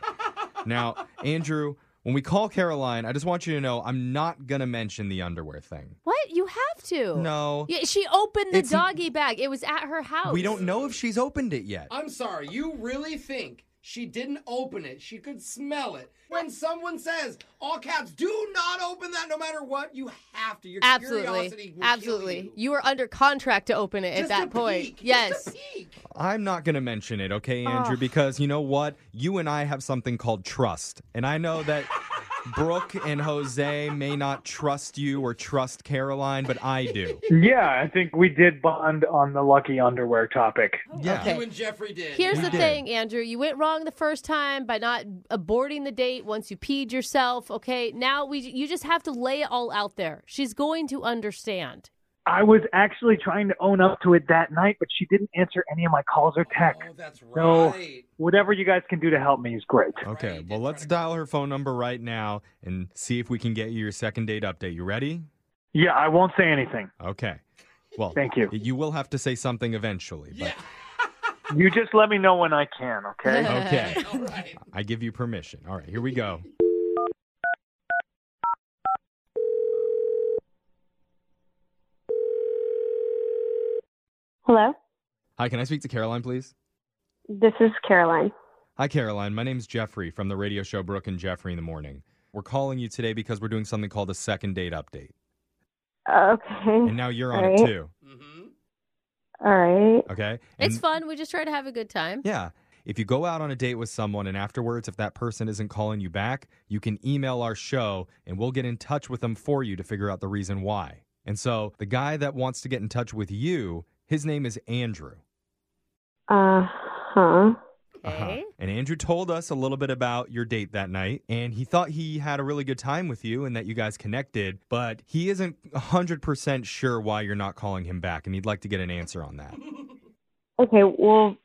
Speaker 1: Now, Andrew, when we call Caroline, I just want you to know I'm not going to mention the underwear thing.
Speaker 2: What? You have to.
Speaker 1: No.
Speaker 2: Yeah, she opened the
Speaker 1: It's-
Speaker 2: doggy bag. It was at her house.
Speaker 1: We don't know if she's opened it yet.
Speaker 4: I'm sorry. You really think she didn't open it? She could smell it. When someone says, all caps, do not open that no matter what, you have to. Your
Speaker 2: Absolutely.
Speaker 4: curiosity will
Speaker 2: Absolutely. you. were under contract to open it at
Speaker 4: Just
Speaker 2: that
Speaker 4: a
Speaker 2: point.
Speaker 4: peek. Just a
Speaker 2: Yes.
Speaker 1: I'm not going to mention it, okay, Andrew,
Speaker 2: Ugh.
Speaker 1: because you know what? You and I have something called trust. And I know that Brooke and Jose may not trust you or trust Caroline, but I do.
Speaker 14: Yeah, I think we did bond on the lucky underwear topic.
Speaker 1: Yeah.
Speaker 4: You and Jeffrey did.
Speaker 2: Here's
Speaker 4: yeah.
Speaker 2: the thing, Andrew. You went wrong the first time by not aborting the date once you peed yourself. Okay, now we you just have to lay it all out there. She's going to understand.
Speaker 14: I was actually trying to own up to it that night, but she didn't answer any of my calls or texts. Oh, that's right. So whatever you guys can do to help me is great.
Speaker 1: Okay, well, let's dial her phone number right now and see if we can get you your second date update. You ready?
Speaker 14: Yeah, I won't say anything.
Speaker 1: Okay. Well,
Speaker 14: Thank you.
Speaker 1: You will have to say something eventually. But
Speaker 14: You just let me know when I can, okay?
Speaker 1: okay. I give you permission. All right, here we go.
Speaker 16: Hello,
Speaker 1: Hi, can I speak to Caroline, please?
Speaker 16: this is Caroline.
Speaker 1: Hi, Caroline. My name's Jeffrey from the radio show Brooke and Jeffrey in the Morning. We're calling you today because we're doing something called a second date update.
Speaker 16: Okay.
Speaker 1: And now you're on it
Speaker 16: All right. Mm-hmm.
Speaker 1: too.
Speaker 16: All right.
Speaker 1: Okay?
Speaker 2: It's
Speaker 1: And-
Speaker 2: fun. We just try to have a good time.
Speaker 1: Yeah. If you go out on a date with someone and afterwards, if that person isn't calling you back, you can email our show and we'll get in touch with them for you to figure out the reason why. And so the guy that wants to get in touch with you, his name is Andrew.
Speaker 16: Uh huh.
Speaker 1: Uh-huh. And Andrew told us a little bit about your date that night, and he thought he had a really good time with you and that you guys connected, but he isn't 100% sure why you're not calling him back, and he'd like to get an answer on that.
Speaker 16: Okay. Well,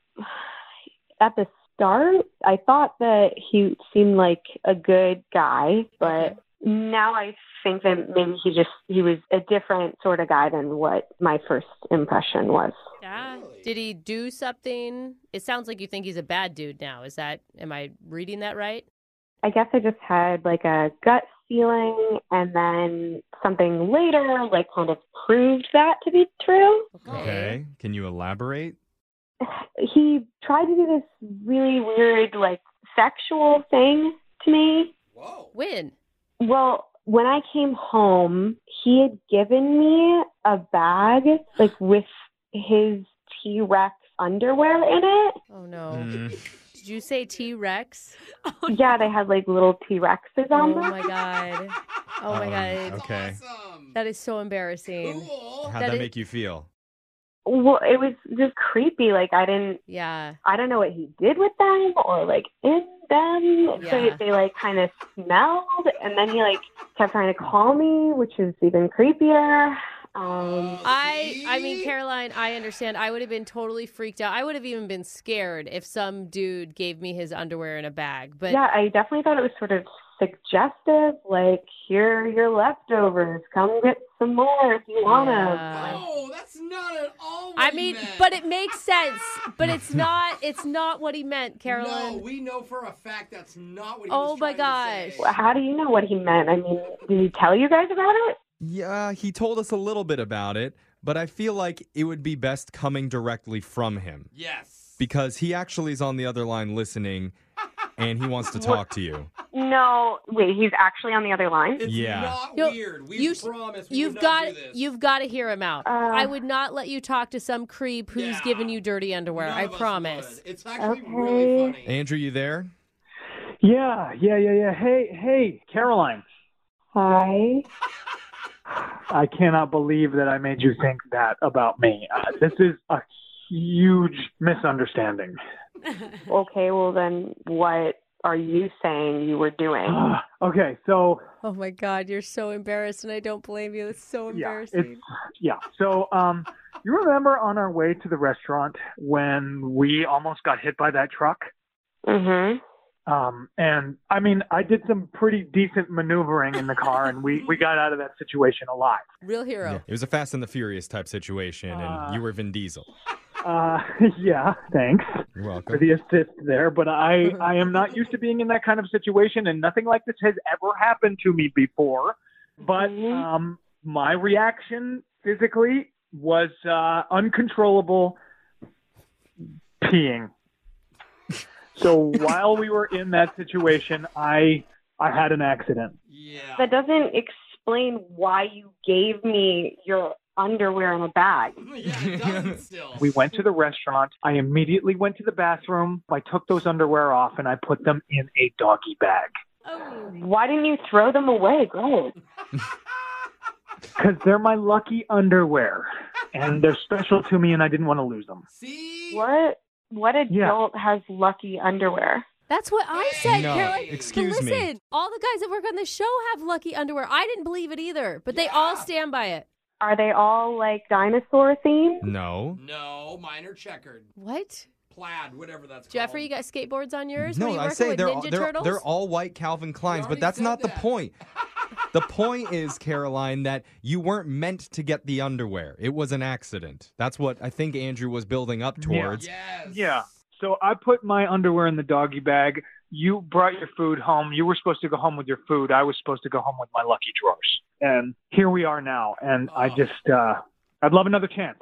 Speaker 16: at the start, I thought that he seemed like a good guy, but now I think that maybe he just he was a different sort of guy than what my first impression was.
Speaker 2: Yeah. Did he do something? It sounds like you think he's a bad dude now. Is that, am I reading that right?
Speaker 16: I guess I just had like a gut feeling, and then something later like kind of proved that to be true.
Speaker 1: Okay. Can you elaborate?
Speaker 16: he tried to do this really weird, like, sexual thing to me.
Speaker 4: Oh.
Speaker 2: When?
Speaker 16: Well, when I came home, he had given me a bag, like, with his T Rex underwear in it.
Speaker 2: Oh, no. Did you say T Rex?
Speaker 16: yeah, they had, like, little T Rexes on
Speaker 2: Oh,
Speaker 16: them.
Speaker 2: my God. Oh, my
Speaker 1: Um,
Speaker 2: God.
Speaker 1: Okay.
Speaker 2: That is so embarrassing.
Speaker 1: How'd that, make you feel?
Speaker 16: Well, it was just creepy. Like, I didn't,
Speaker 2: Yeah.
Speaker 16: I don't know what he did with them or, like, in them.
Speaker 2: Yeah.
Speaker 16: So they, like, kind of smelled. And then he, like, kept trying to call me, which is even creepier.
Speaker 2: Uh,
Speaker 16: Um,
Speaker 2: I I mean Caroline, I understand. I would have been totally freaked out. I would have even been scared if some dude gave me his underwear in a bag. But
Speaker 16: yeah, I definitely thought it was sort of suggestive. Like, here are your leftovers. Come get some more if you want them.
Speaker 4: Oh,
Speaker 2: No, that's not at all. I mean, but it makes sense. But it's not. It's not what he meant, Caroline.
Speaker 4: No, we know for a fact that's not what he
Speaker 2: oh
Speaker 4: was
Speaker 2: my
Speaker 4: trying
Speaker 2: gosh.
Speaker 16: How do you know what he meant? I mean, did he tell you guys about it?
Speaker 1: Yeah, he told us a little bit about it, but I feel like it would be best coming directly from him.
Speaker 4: Yes.
Speaker 1: Because he actually is on the other line listening and he wants to talk to you.
Speaker 16: No. Wait, he's actually on the other line?
Speaker 1: yeah.
Speaker 4: weird. We promise we
Speaker 2: you've
Speaker 4: would
Speaker 2: got
Speaker 4: not do this.
Speaker 2: you've got to hear him out.
Speaker 16: Uh,
Speaker 2: I would not let you talk to some creep who's giving you dirty underwear. I promise.
Speaker 4: It's
Speaker 2: actually
Speaker 16: really funny.
Speaker 1: Andrew, you there?
Speaker 14: Yeah, yeah, yeah, yeah. Hey, hey, Caroline.
Speaker 16: Hi.
Speaker 14: I cannot believe that I made you think that about me. Uh, this is a huge misunderstanding.
Speaker 16: Okay, well, then what are you saying you were doing?
Speaker 14: Okay, so
Speaker 2: Oh my god, you're so embarrassed, and I don't blame you. It's so embarrassing.
Speaker 14: it's yeah. So um, you remember on our way to the restaurant when we almost got hit by that truck?
Speaker 16: Mm-hmm.
Speaker 14: Um, and I mean, I did some pretty decent maneuvering in the car, and we we got out of that situation alive.
Speaker 2: Real hero.
Speaker 1: It was a Fast and the Furious type situation, and you were Vin Diesel.
Speaker 14: Uh, yeah, thanks
Speaker 1: You're
Speaker 14: for
Speaker 1: welcome.
Speaker 14: the assist there, but I I am not used to being in that kind of situation, and nothing like this has ever happened to me before. But um, my reaction physically was uh, uncontrollable peeing. So while we were in that situation, I I had an accident.
Speaker 16: That doesn't explain why you gave me your underwear in a bag.
Speaker 14: We went to the restaurant. I immediately went to the bathroom. I took those underwear off and I put them in a doggy bag.
Speaker 16: Oh. Why didn't you throw them away? Gross.
Speaker 14: Because they're my lucky underwear, and they're special to me, and I didn't want to lose them.
Speaker 16: What what
Speaker 14: Yeah.
Speaker 16: adult has lucky underwear?
Speaker 2: That's what I said,
Speaker 14: No,
Speaker 2: Caroline.
Speaker 14: excuse
Speaker 2: but
Speaker 14: me.
Speaker 2: listen, all the guys that work on the show have lucky underwear. I didn't believe it either, but they all stand by it.
Speaker 16: Are they all like dinosaur themed?
Speaker 1: No.
Speaker 4: No, mine are checkered.
Speaker 2: What?
Speaker 4: Plaid, whatever that's
Speaker 2: Jeffrey, you got skateboards on yours? Were
Speaker 1: No,
Speaker 2: you
Speaker 1: I
Speaker 2: working
Speaker 1: say
Speaker 2: with
Speaker 1: they're all,
Speaker 2: Ninja
Speaker 1: they're,
Speaker 2: Turtles?
Speaker 1: they're all white Calvin Kleins, but
Speaker 2: already
Speaker 1: that's
Speaker 2: said
Speaker 1: not the point. the point is, Caroline, that you weren't meant to get the underwear. It was an accident. That's what I think Andrew was building up towards.
Speaker 14: Yeah. So I put my underwear in the doggy bag. You brought your food home. You were supposed to go home with your food. I was supposed to go home with my lucky drawers. And here we are now. And I just, uh, I'd love another chance.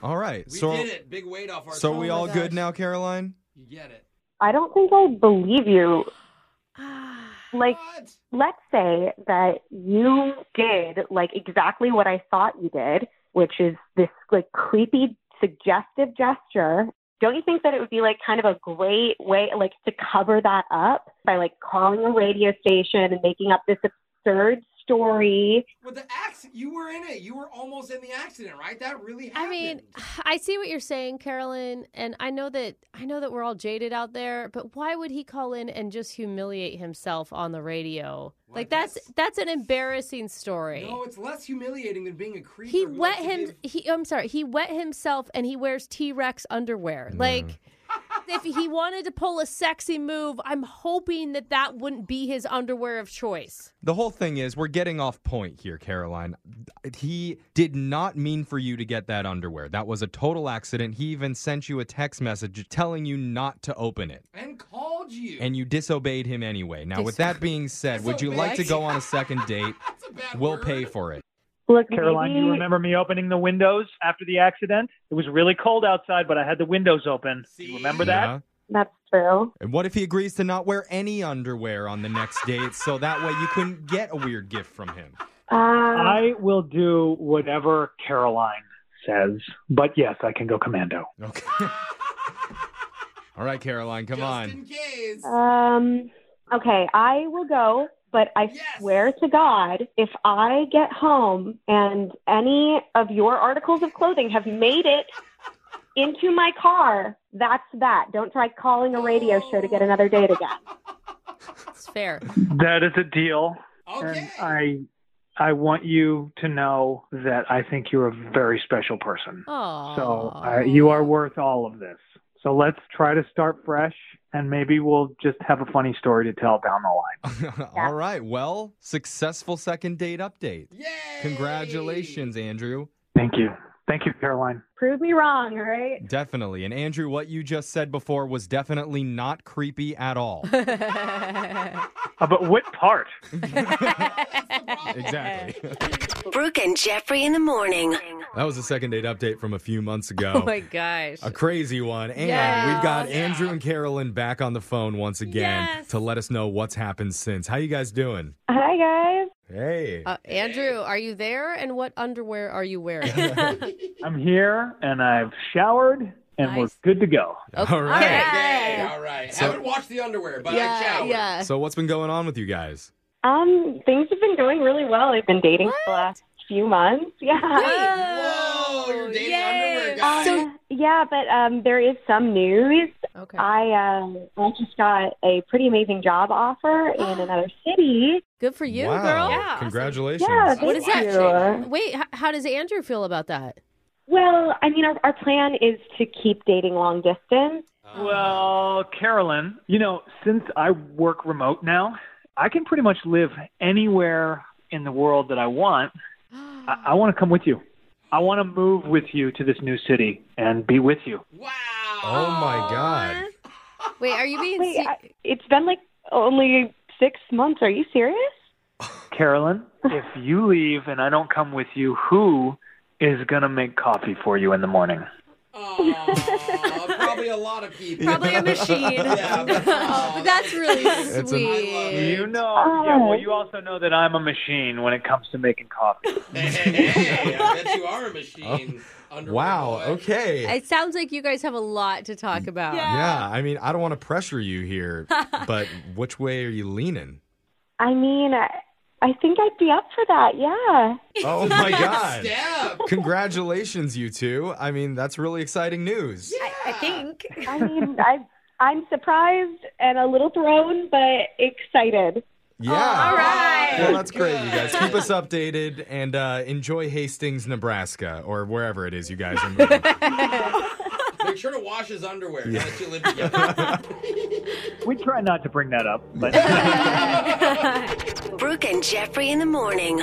Speaker 1: All right.
Speaker 4: We
Speaker 1: so
Speaker 4: did it. Big weight off our
Speaker 1: so we
Speaker 4: shoulders.
Speaker 2: Oh
Speaker 1: all good now, Caroline?
Speaker 4: You get it.
Speaker 16: I don't think I believe you. Like, let's say that you did like exactly what I thought you did, which is this like creepy suggestive gesture. Don't you think that it would be like kind of a great way, like, to cover that up by like calling a radio station and making up this absurd story?
Speaker 4: With the accident, you were in it. You were almost in the accident, right? That really happened.
Speaker 2: I mean, I see what you're saying, Carolyn, and I know that I know that we're all jaded out there, but why would he call in and just humiliate himself on the radio? like that's that's an embarrassing story.
Speaker 4: no, it's less humiliating than being a creeper.
Speaker 2: he
Speaker 4: who
Speaker 2: wet
Speaker 4: likes to
Speaker 2: him
Speaker 4: give-
Speaker 2: he I'm sorry, he wet himself and he wears T-Rex underwear. Like if he wanted to pull a sexy move, I'm hoping that that wouldn't be his underwear of choice.
Speaker 1: The whole thing is we're getting off point here, Caroline. He did not mean for you to get that underwear. That was a total accident. He even sent you a text message telling you not to open it.
Speaker 4: and called you.
Speaker 1: And you disobeyed him anyway. Now, with that being said, would you like to
Speaker 4: Disobeyed.
Speaker 1: go on a second date? we'll pay for it.
Speaker 16: Look,
Speaker 14: Caroline, you remember me opening the windows after the accident? It was really cold outside, but I had the windows open. You remember that?
Speaker 1: Yeah?
Speaker 16: That's true.
Speaker 1: And what if he agrees to not wear any underwear on the next date so that way you couldn't get a weird gift from him?
Speaker 14: I will do whatever Caroline says, but yes, I can go commando.
Speaker 1: Okay. All right, Caroline, come on.
Speaker 16: Um, okay, I will go, but I swear to God, if I get home and any of your articles of clothing have made it into my car, that's that. Don't try calling a radio show to get another date again.
Speaker 2: It's fair.
Speaker 14: That is a deal. And I I want you to know that I think you're a very special person.
Speaker 2: Oh.
Speaker 14: So uh, you are worth all of this. So let's try to start fresh, and maybe we'll just have a funny story to tell down the line.
Speaker 1: All right. Well, successful second date update. Yay! Congratulations, Andrew.
Speaker 14: Thank you. Thank you, Caroline.
Speaker 16: Prove me wrong, all right?
Speaker 1: Definitely. And Andrew, what you just said before was definitely not creepy at all.
Speaker 14: About Uh, what part?
Speaker 1: exactly.
Speaker 8: Brooke and Jeffrey in the morning.
Speaker 1: That was a second date update from a few months ago.
Speaker 2: Oh my gosh.
Speaker 1: A crazy one. And
Speaker 2: Yes.
Speaker 1: we've got Andrew and Carolyn back on the phone once again to let us know what's happened since. How you guys doing?
Speaker 16: Hi, guys.
Speaker 1: Hey.
Speaker 2: Uh, Andrew, are you there? And what underwear are you wearing?
Speaker 14: I'm here, and I've showered, and we're good to go.
Speaker 1: All right.
Speaker 4: Hey, all right. Haven't washed the underwear, but I showered.
Speaker 1: So what's been going on with you guys?
Speaker 16: Um, things have been going really well. I've been dating for the last few months. Yeah.
Speaker 4: Whoa, you're dating underwear guy.
Speaker 16: So yeah, but um, there is some news.
Speaker 2: Okay.
Speaker 16: I um, I just got a pretty amazing job offer in another city.
Speaker 2: Good for you,
Speaker 1: wow.
Speaker 2: girl.
Speaker 1: Congratulations.
Speaker 16: Yeah,
Speaker 2: What is
Speaker 16: thank
Speaker 2: that?
Speaker 16: you.
Speaker 2: Wait, h- how does Andrew feel about that?
Speaker 16: Well, I mean, our, our plan is to keep dating long distance.
Speaker 14: Well, Carolyn, you know, since I work remote now, I can pretty much live anywhere in the world that I want. I, I want to come with you. I want to move with you to this new city and be with you.
Speaker 1: Oh my god.
Speaker 2: Wait, are you being?
Speaker 16: Wait, I, it's been like only six months. Are you serious?
Speaker 14: Carolyn, if you leave and I don't come with you, who is going to make coffee for you in the morning?
Speaker 4: Uh, probably a lot of people.
Speaker 2: Probably a machine.
Speaker 4: Yeah, but-
Speaker 2: Oh, that's really
Speaker 14: It's an-
Speaker 2: sweet.
Speaker 14: You know, yeah, well, you also know that I'm a machine when it comes to making coffee.
Speaker 4: hey, I bet you are a machine.
Speaker 1: Oh, Wow. Okay.
Speaker 2: It sounds like you guys have a lot to talk about.
Speaker 1: yeah, I mean, I don't want to pressure you here, but which way are you leaning?
Speaker 16: I mean, I, I think I'd be up for that. Yeah.
Speaker 1: Oh my god. Congratulations, you two. I mean, that's really exciting news.
Speaker 16: I think. I mean, I I'm surprised and a little thrown, but excited.
Speaker 1: Yeah.
Speaker 2: All right.
Speaker 1: Well, that's great, you guys. Keep us updated and uh, enjoy Hastings, Nebraska, or wherever it is you guys are moving.
Speaker 4: Make sure to wash his underwear.
Speaker 1: Yeah.
Speaker 4: Yeah. Let you live together.
Speaker 14: We try not to bring that up, but
Speaker 8: Brooke and Jeffrey in the morning.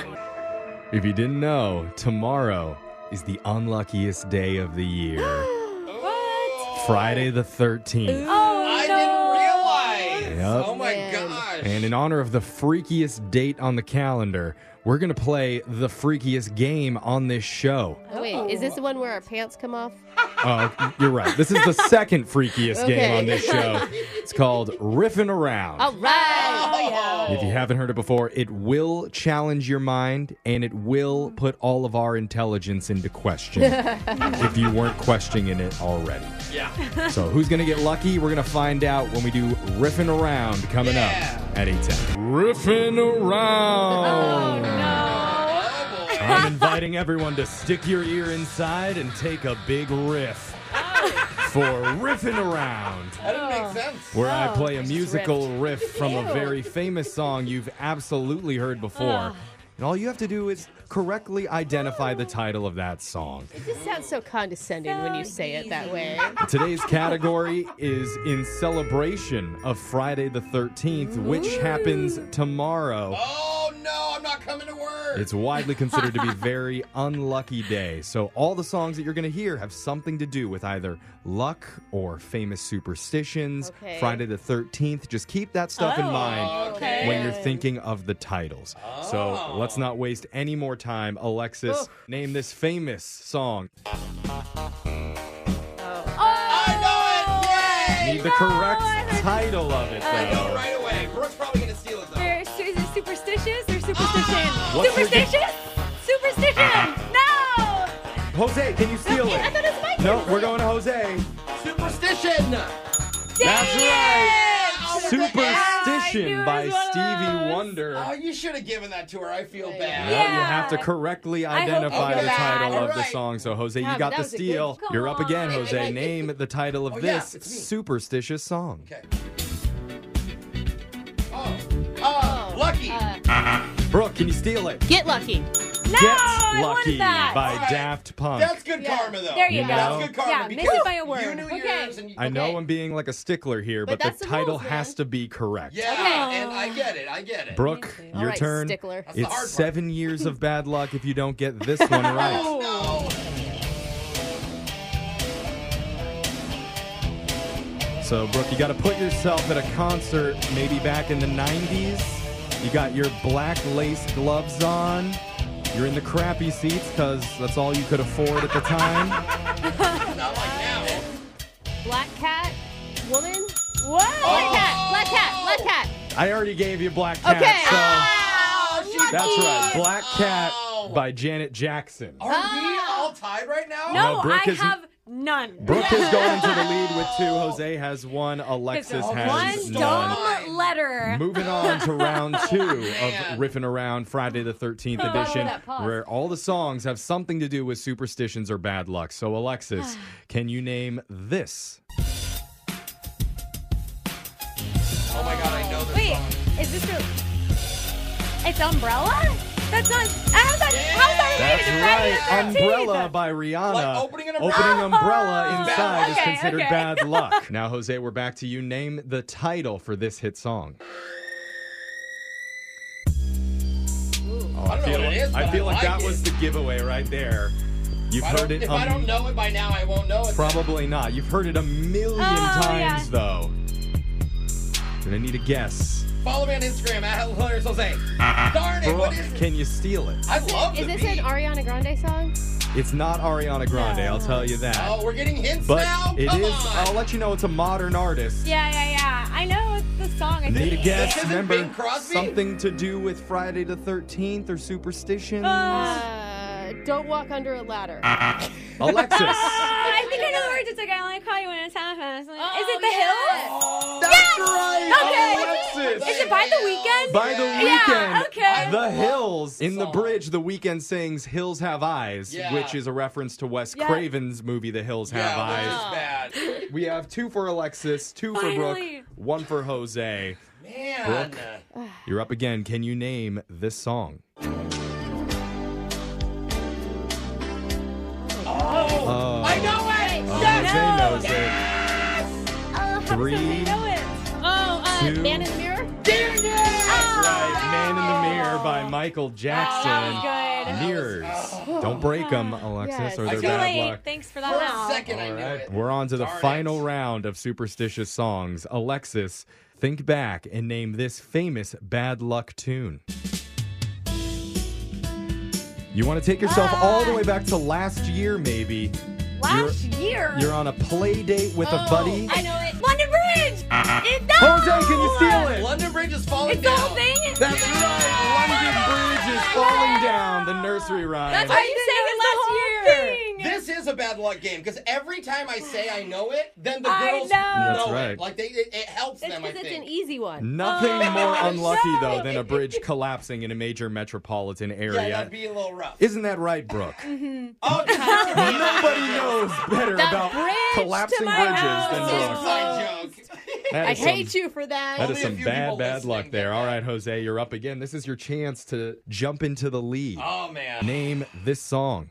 Speaker 1: If you didn't know, tomorrow is the unluckiest day of the year.
Speaker 14: Oh.
Speaker 1: what? Friday the 13th.
Speaker 4: I didn't realize.
Speaker 1: Yep.
Speaker 4: Oh my gosh.
Speaker 1: And in honor of the freakiest date on the calendar, we're going to play the freakiest game on this show.
Speaker 2: Oh, wait, is this the one where our pants come off?
Speaker 1: Oh, you're right. This is the second freakiest game
Speaker 2: Okay.
Speaker 1: on this show. It's called Riffing Around.
Speaker 2: All right.
Speaker 4: Oh,
Speaker 1: If
Speaker 2: Oh.
Speaker 1: you haven't heard it before, it will challenge your mind and it will put all of our intelligence into question if you weren't questioning it already.
Speaker 4: yeah.
Speaker 1: So, who's going to get lucky? We're going to find out when we do Riffing Around coming up at 8:10. Riffing
Speaker 2: Oh,
Speaker 1: Around. Oh,
Speaker 4: Oh,
Speaker 1: I'm inviting everyone to stick your ear inside and take a big riff for Riffing Around
Speaker 4: That didn't make sense.
Speaker 1: where
Speaker 2: Oh,
Speaker 1: I play a musical riff from a very famous song you've absolutely heard before. And all you have to do is correctly identify the title of that song.
Speaker 2: It just sounds so condescending when you say it that way.
Speaker 1: Today's category is in celebration of Friday the 13th, which happens tomorrow.
Speaker 4: Oh no, I'm not coming to work.
Speaker 1: It's widely considered to be a very unlucky day. So all the songs that you're going to hear have something to do with either luck or famous superstitions.
Speaker 13: Okay.
Speaker 1: Friday the 13th, just keep that stuff in
Speaker 13: Oh,
Speaker 1: mind
Speaker 13: okay.
Speaker 1: when you're thinking of the titles.
Speaker 4: Oh.
Speaker 1: So let's not waste any more time. Alexis,
Speaker 13: Oh.
Speaker 1: name this famous song.
Speaker 2: Oh,
Speaker 1: Need the correct title of it
Speaker 5: I
Speaker 1: though.
Speaker 4: Uh, right away. Brooke's probably gonna steal it though. Ah!
Speaker 5: They're is it superstitious or superstition?
Speaker 1: What's your-
Speaker 5: superstitious? Superstition! No!
Speaker 1: Jose, can you steal
Speaker 5: Okay, I
Speaker 1: it?
Speaker 5: thought it was my
Speaker 1: No,
Speaker 5: turn.
Speaker 1: we're going to Jose.
Speaker 4: Superstition.
Speaker 1: That's right.
Speaker 4: Oh,
Speaker 1: Superstition by Stevie Wonder.
Speaker 4: Oh, you should have given that to her. I feel
Speaker 1: Now
Speaker 4: bad.
Speaker 1: you have to correctly identify
Speaker 4: so.
Speaker 1: the
Speaker 4: Okay.
Speaker 1: title
Speaker 4: All
Speaker 1: of the
Speaker 4: right.
Speaker 1: song. So, Jose,
Speaker 4: Yeah,
Speaker 1: you
Speaker 4: but
Speaker 1: got
Speaker 4: that
Speaker 1: the
Speaker 4: was a good
Speaker 1: steal.
Speaker 4: call.
Speaker 1: You're up again,
Speaker 4: Wait,
Speaker 1: Jose.
Speaker 4: wait.
Speaker 1: Name the title of
Speaker 4: Oh, yeah,
Speaker 1: this
Speaker 4: it's me.
Speaker 1: superstitious song. Okay.
Speaker 4: Uh, lucky.
Speaker 1: Brooke, can you steal it?
Speaker 2: Get lucky.
Speaker 5: No,
Speaker 1: Get
Speaker 5: I wanted
Speaker 1: Lucky
Speaker 5: that.
Speaker 1: by
Speaker 5: Alright.
Speaker 1: Daft Punk.
Speaker 4: That's good karma, though.
Speaker 5: There you, go.
Speaker 1: You know? That's
Speaker 5: good karma. Yeah, miss it by a word.
Speaker 4: you knew your
Speaker 5: okay.
Speaker 4: errors and you-
Speaker 1: I know I'm being like a stickler here, but,
Speaker 5: that's
Speaker 1: the
Speaker 5: the
Speaker 1: title has to be correct.
Speaker 4: Yeah, and I get it. I get it.
Speaker 1: Brooke,
Speaker 4: All
Speaker 1: your
Speaker 4: right,
Speaker 1: turn.
Speaker 4: stickler. That's the hard
Speaker 1: It's
Speaker 4: part.
Speaker 1: seven years of bad luck if you don't get this one right.
Speaker 4: Oh,
Speaker 1: So, Brooke, you got to put yourself at a concert, maybe back in the 90s. You got your black lace gloves on. You're in the crappy seats because that's all you could afford at the time.
Speaker 2: Black cat, woman. What? Black cat, black cat, black cat.
Speaker 1: I already gave you Black Cat,
Speaker 2: Okay. Ah!
Speaker 1: so
Speaker 4: Oh, she-
Speaker 1: that's right. Black Cat by Janet Jackson.
Speaker 4: Are we
Speaker 10: Ah.
Speaker 4: all tied right now? Oh
Speaker 1: No, No, Brooke I is- have
Speaker 5: none.
Speaker 1: Brooke is going to the lead with two. Jose has one. Alexis has
Speaker 5: one
Speaker 1: none.
Speaker 5: dumb letter.
Speaker 1: Moving on to round two of Riffing Around Friday the 13th
Speaker 5: Follow
Speaker 1: edition,
Speaker 5: that pause.
Speaker 1: where all the songs have something to do with superstitions or bad luck. So, Alexis, can you name this?
Speaker 4: Oh my god, I know this
Speaker 5: Wait, is this real? It's umbrella? That's not. How's that? How's that related
Speaker 1: That's
Speaker 5: to Friday the
Speaker 1: right.
Speaker 5: 13th?
Speaker 1: Umbrella by Rihanna.
Speaker 4: Like
Speaker 1: opening
Speaker 4: an umbrella.
Speaker 1: umbrella
Speaker 4: Oh.
Speaker 1: inside is
Speaker 4: Okay,
Speaker 1: considered
Speaker 4: okay.
Speaker 1: bad luck. Now, Jose, we're back to you. Name the title for this hit song. Oh,
Speaker 4: I don't know
Speaker 1: feel
Speaker 4: what it
Speaker 1: like,
Speaker 4: is,
Speaker 1: I
Speaker 4: but
Speaker 1: feel
Speaker 4: I
Speaker 1: like that
Speaker 4: like it.
Speaker 1: was the giveaway right there. You've
Speaker 4: If I
Speaker 1: heard
Speaker 4: don't-
Speaker 1: it.
Speaker 4: If I
Speaker 1: um,
Speaker 4: don't know it by now, I won't know it.
Speaker 1: Probably not. You've heard it a million
Speaker 4: Oh,
Speaker 1: times, though. Gonna need a guess.
Speaker 4: Follow me on Instagram at Hilarious Jose. Darn it, what
Speaker 1: Brooke,
Speaker 4: is it?
Speaker 1: can you steal it?
Speaker 4: I love
Speaker 2: Is
Speaker 4: the
Speaker 2: this
Speaker 4: beat.
Speaker 2: an Ariana Grande song?
Speaker 1: It's not Ariana Grande, I'll tell you that.
Speaker 4: Oh, we're getting hints
Speaker 1: but
Speaker 4: now?
Speaker 1: it
Speaker 4: Come
Speaker 1: is-
Speaker 4: on.
Speaker 1: I'll let you know it's a modern artist.
Speaker 5: Yeah, yeah, yeah. I know it's the song. I think.
Speaker 1: Need a guess?
Speaker 4: isn't
Speaker 1: Remember
Speaker 4: Bing Crosby?
Speaker 1: something to do with Friday the 13th or superstition?
Speaker 2: Uh, don't walk under a ladder.
Speaker 1: Ah, Alexis.
Speaker 5: I think I know the words. It's like I only call you when it's half-past. is it the hill?
Speaker 1: Oh, That's right. Oh,
Speaker 5: Okay.
Speaker 1: Alexis.
Speaker 5: Is it by the weekend?
Speaker 1: By the weekend,
Speaker 5: Yeah, okay.
Speaker 1: the Hills in the bridge. The weekend sings "Hills Have Eyes,"
Speaker 5: Yeah.
Speaker 1: which is a reference to Wes
Speaker 5: Yeah.
Speaker 1: Craven's movie "The Hills Have Eyes."
Speaker 4: bad.
Speaker 1: We have two for Alexis, two for Brooke,
Speaker 4: Finally.
Speaker 1: one for Jose.
Speaker 4: Man.
Speaker 1: Brooke, You're up again. Can you name this song? Oh,
Speaker 4: I know it!
Speaker 1: Oh,
Speaker 4: yes!
Speaker 1: Jose knows
Speaker 4: Yes!
Speaker 1: it. Three.
Speaker 2: Oh, uh,
Speaker 1: Two.
Speaker 2: Man in the Mirror?
Speaker 4: Damn it!
Speaker 1: Right, Man in the Mirror by Michael Jackson.
Speaker 10: that was Oh, good.
Speaker 1: Mirrors. Don't break them, Alexis, or they're
Speaker 10: Too
Speaker 1: bad
Speaker 10: late.
Speaker 1: luck.
Speaker 10: Thanks for that.
Speaker 4: For
Speaker 10: help.
Speaker 4: a second, I knew it.
Speaker 1: We're on to the final round of superstitious songs. Alexis, think back and name this famous bad luck tune. You want to take yourself
Speaker 10: Ah.
Speaker 1: all the way back to last year, maybe.
Speaker 10: Last year. Oh,
Speaker 1: You're on a play date with a buddy. Ah.
Speaker 10: I know it. London Bridge. It, no!
Speaker 1: Jose, can you steal it?
Speaker 4: London Bridge is falling
Speaker 10: It's the
Speaker 4: down.
Speaker 10: whole thing.
Speaker 1: That's right. London Bridge is falling down. The nursery rhyme.
Speaker 10: That's why you sang it last year.
Speaker 4: This is a bad luck game because every time I say I know it, then the
Speaker 10: I
Speaker 4: girls
Speaker 10: know.
Speaker 1: That's
Speaker 4: it.
Speaker 1: right.
Speaker 4: Like they, it, it helps
Speaker 2: It's
Speaker 4: them. I
Speaker 2: because it's an
Speaker 4: think.
Speaker 2: easy one. Oh,
Speaker 1: Nothing
Speaker 4: Oh,
Speaker 1: more unlucky
Speaker 2: no.
Speaker 1: though than a bridge collapsing in a major metropolitan
Speaker 4: yeah,
Speaker 1: area.
Speaker 4: that'd be a little rough.
Speaker 1: Isn't that right, Brooke?
Speaker 2: Mm-hmm.
Speaker 4: Oh,
Speaker 1: Nobody knows better
Speaker 2: The
Speaker 1: about
Speaker 2: bridge to
Speaker 1: collapsing
Speaker 2: my
Speaker 1: bridges
Speaker 2: house
Speaker 1: than
Speaker 2: is
Speaker 1: Brooke.
Speaker 4: Inside joke.
Speaker 1: That
Speaker 2: I
Speaker 1: is some-
Speaker 2: hate you for that.
Speaker 1: That is
Speaker 4: Only a
Speaker 1: some
Speaker 4: few
Speaker 1: bad,
Speaker 4: people
Speaker 1: bad luck
Speaker 4: listening
Speaker 1: there. All right, Jose, you're up again. This is your chance to jump into the lead.
Speaker 4: Oh man.
Speaker 1: Name this song.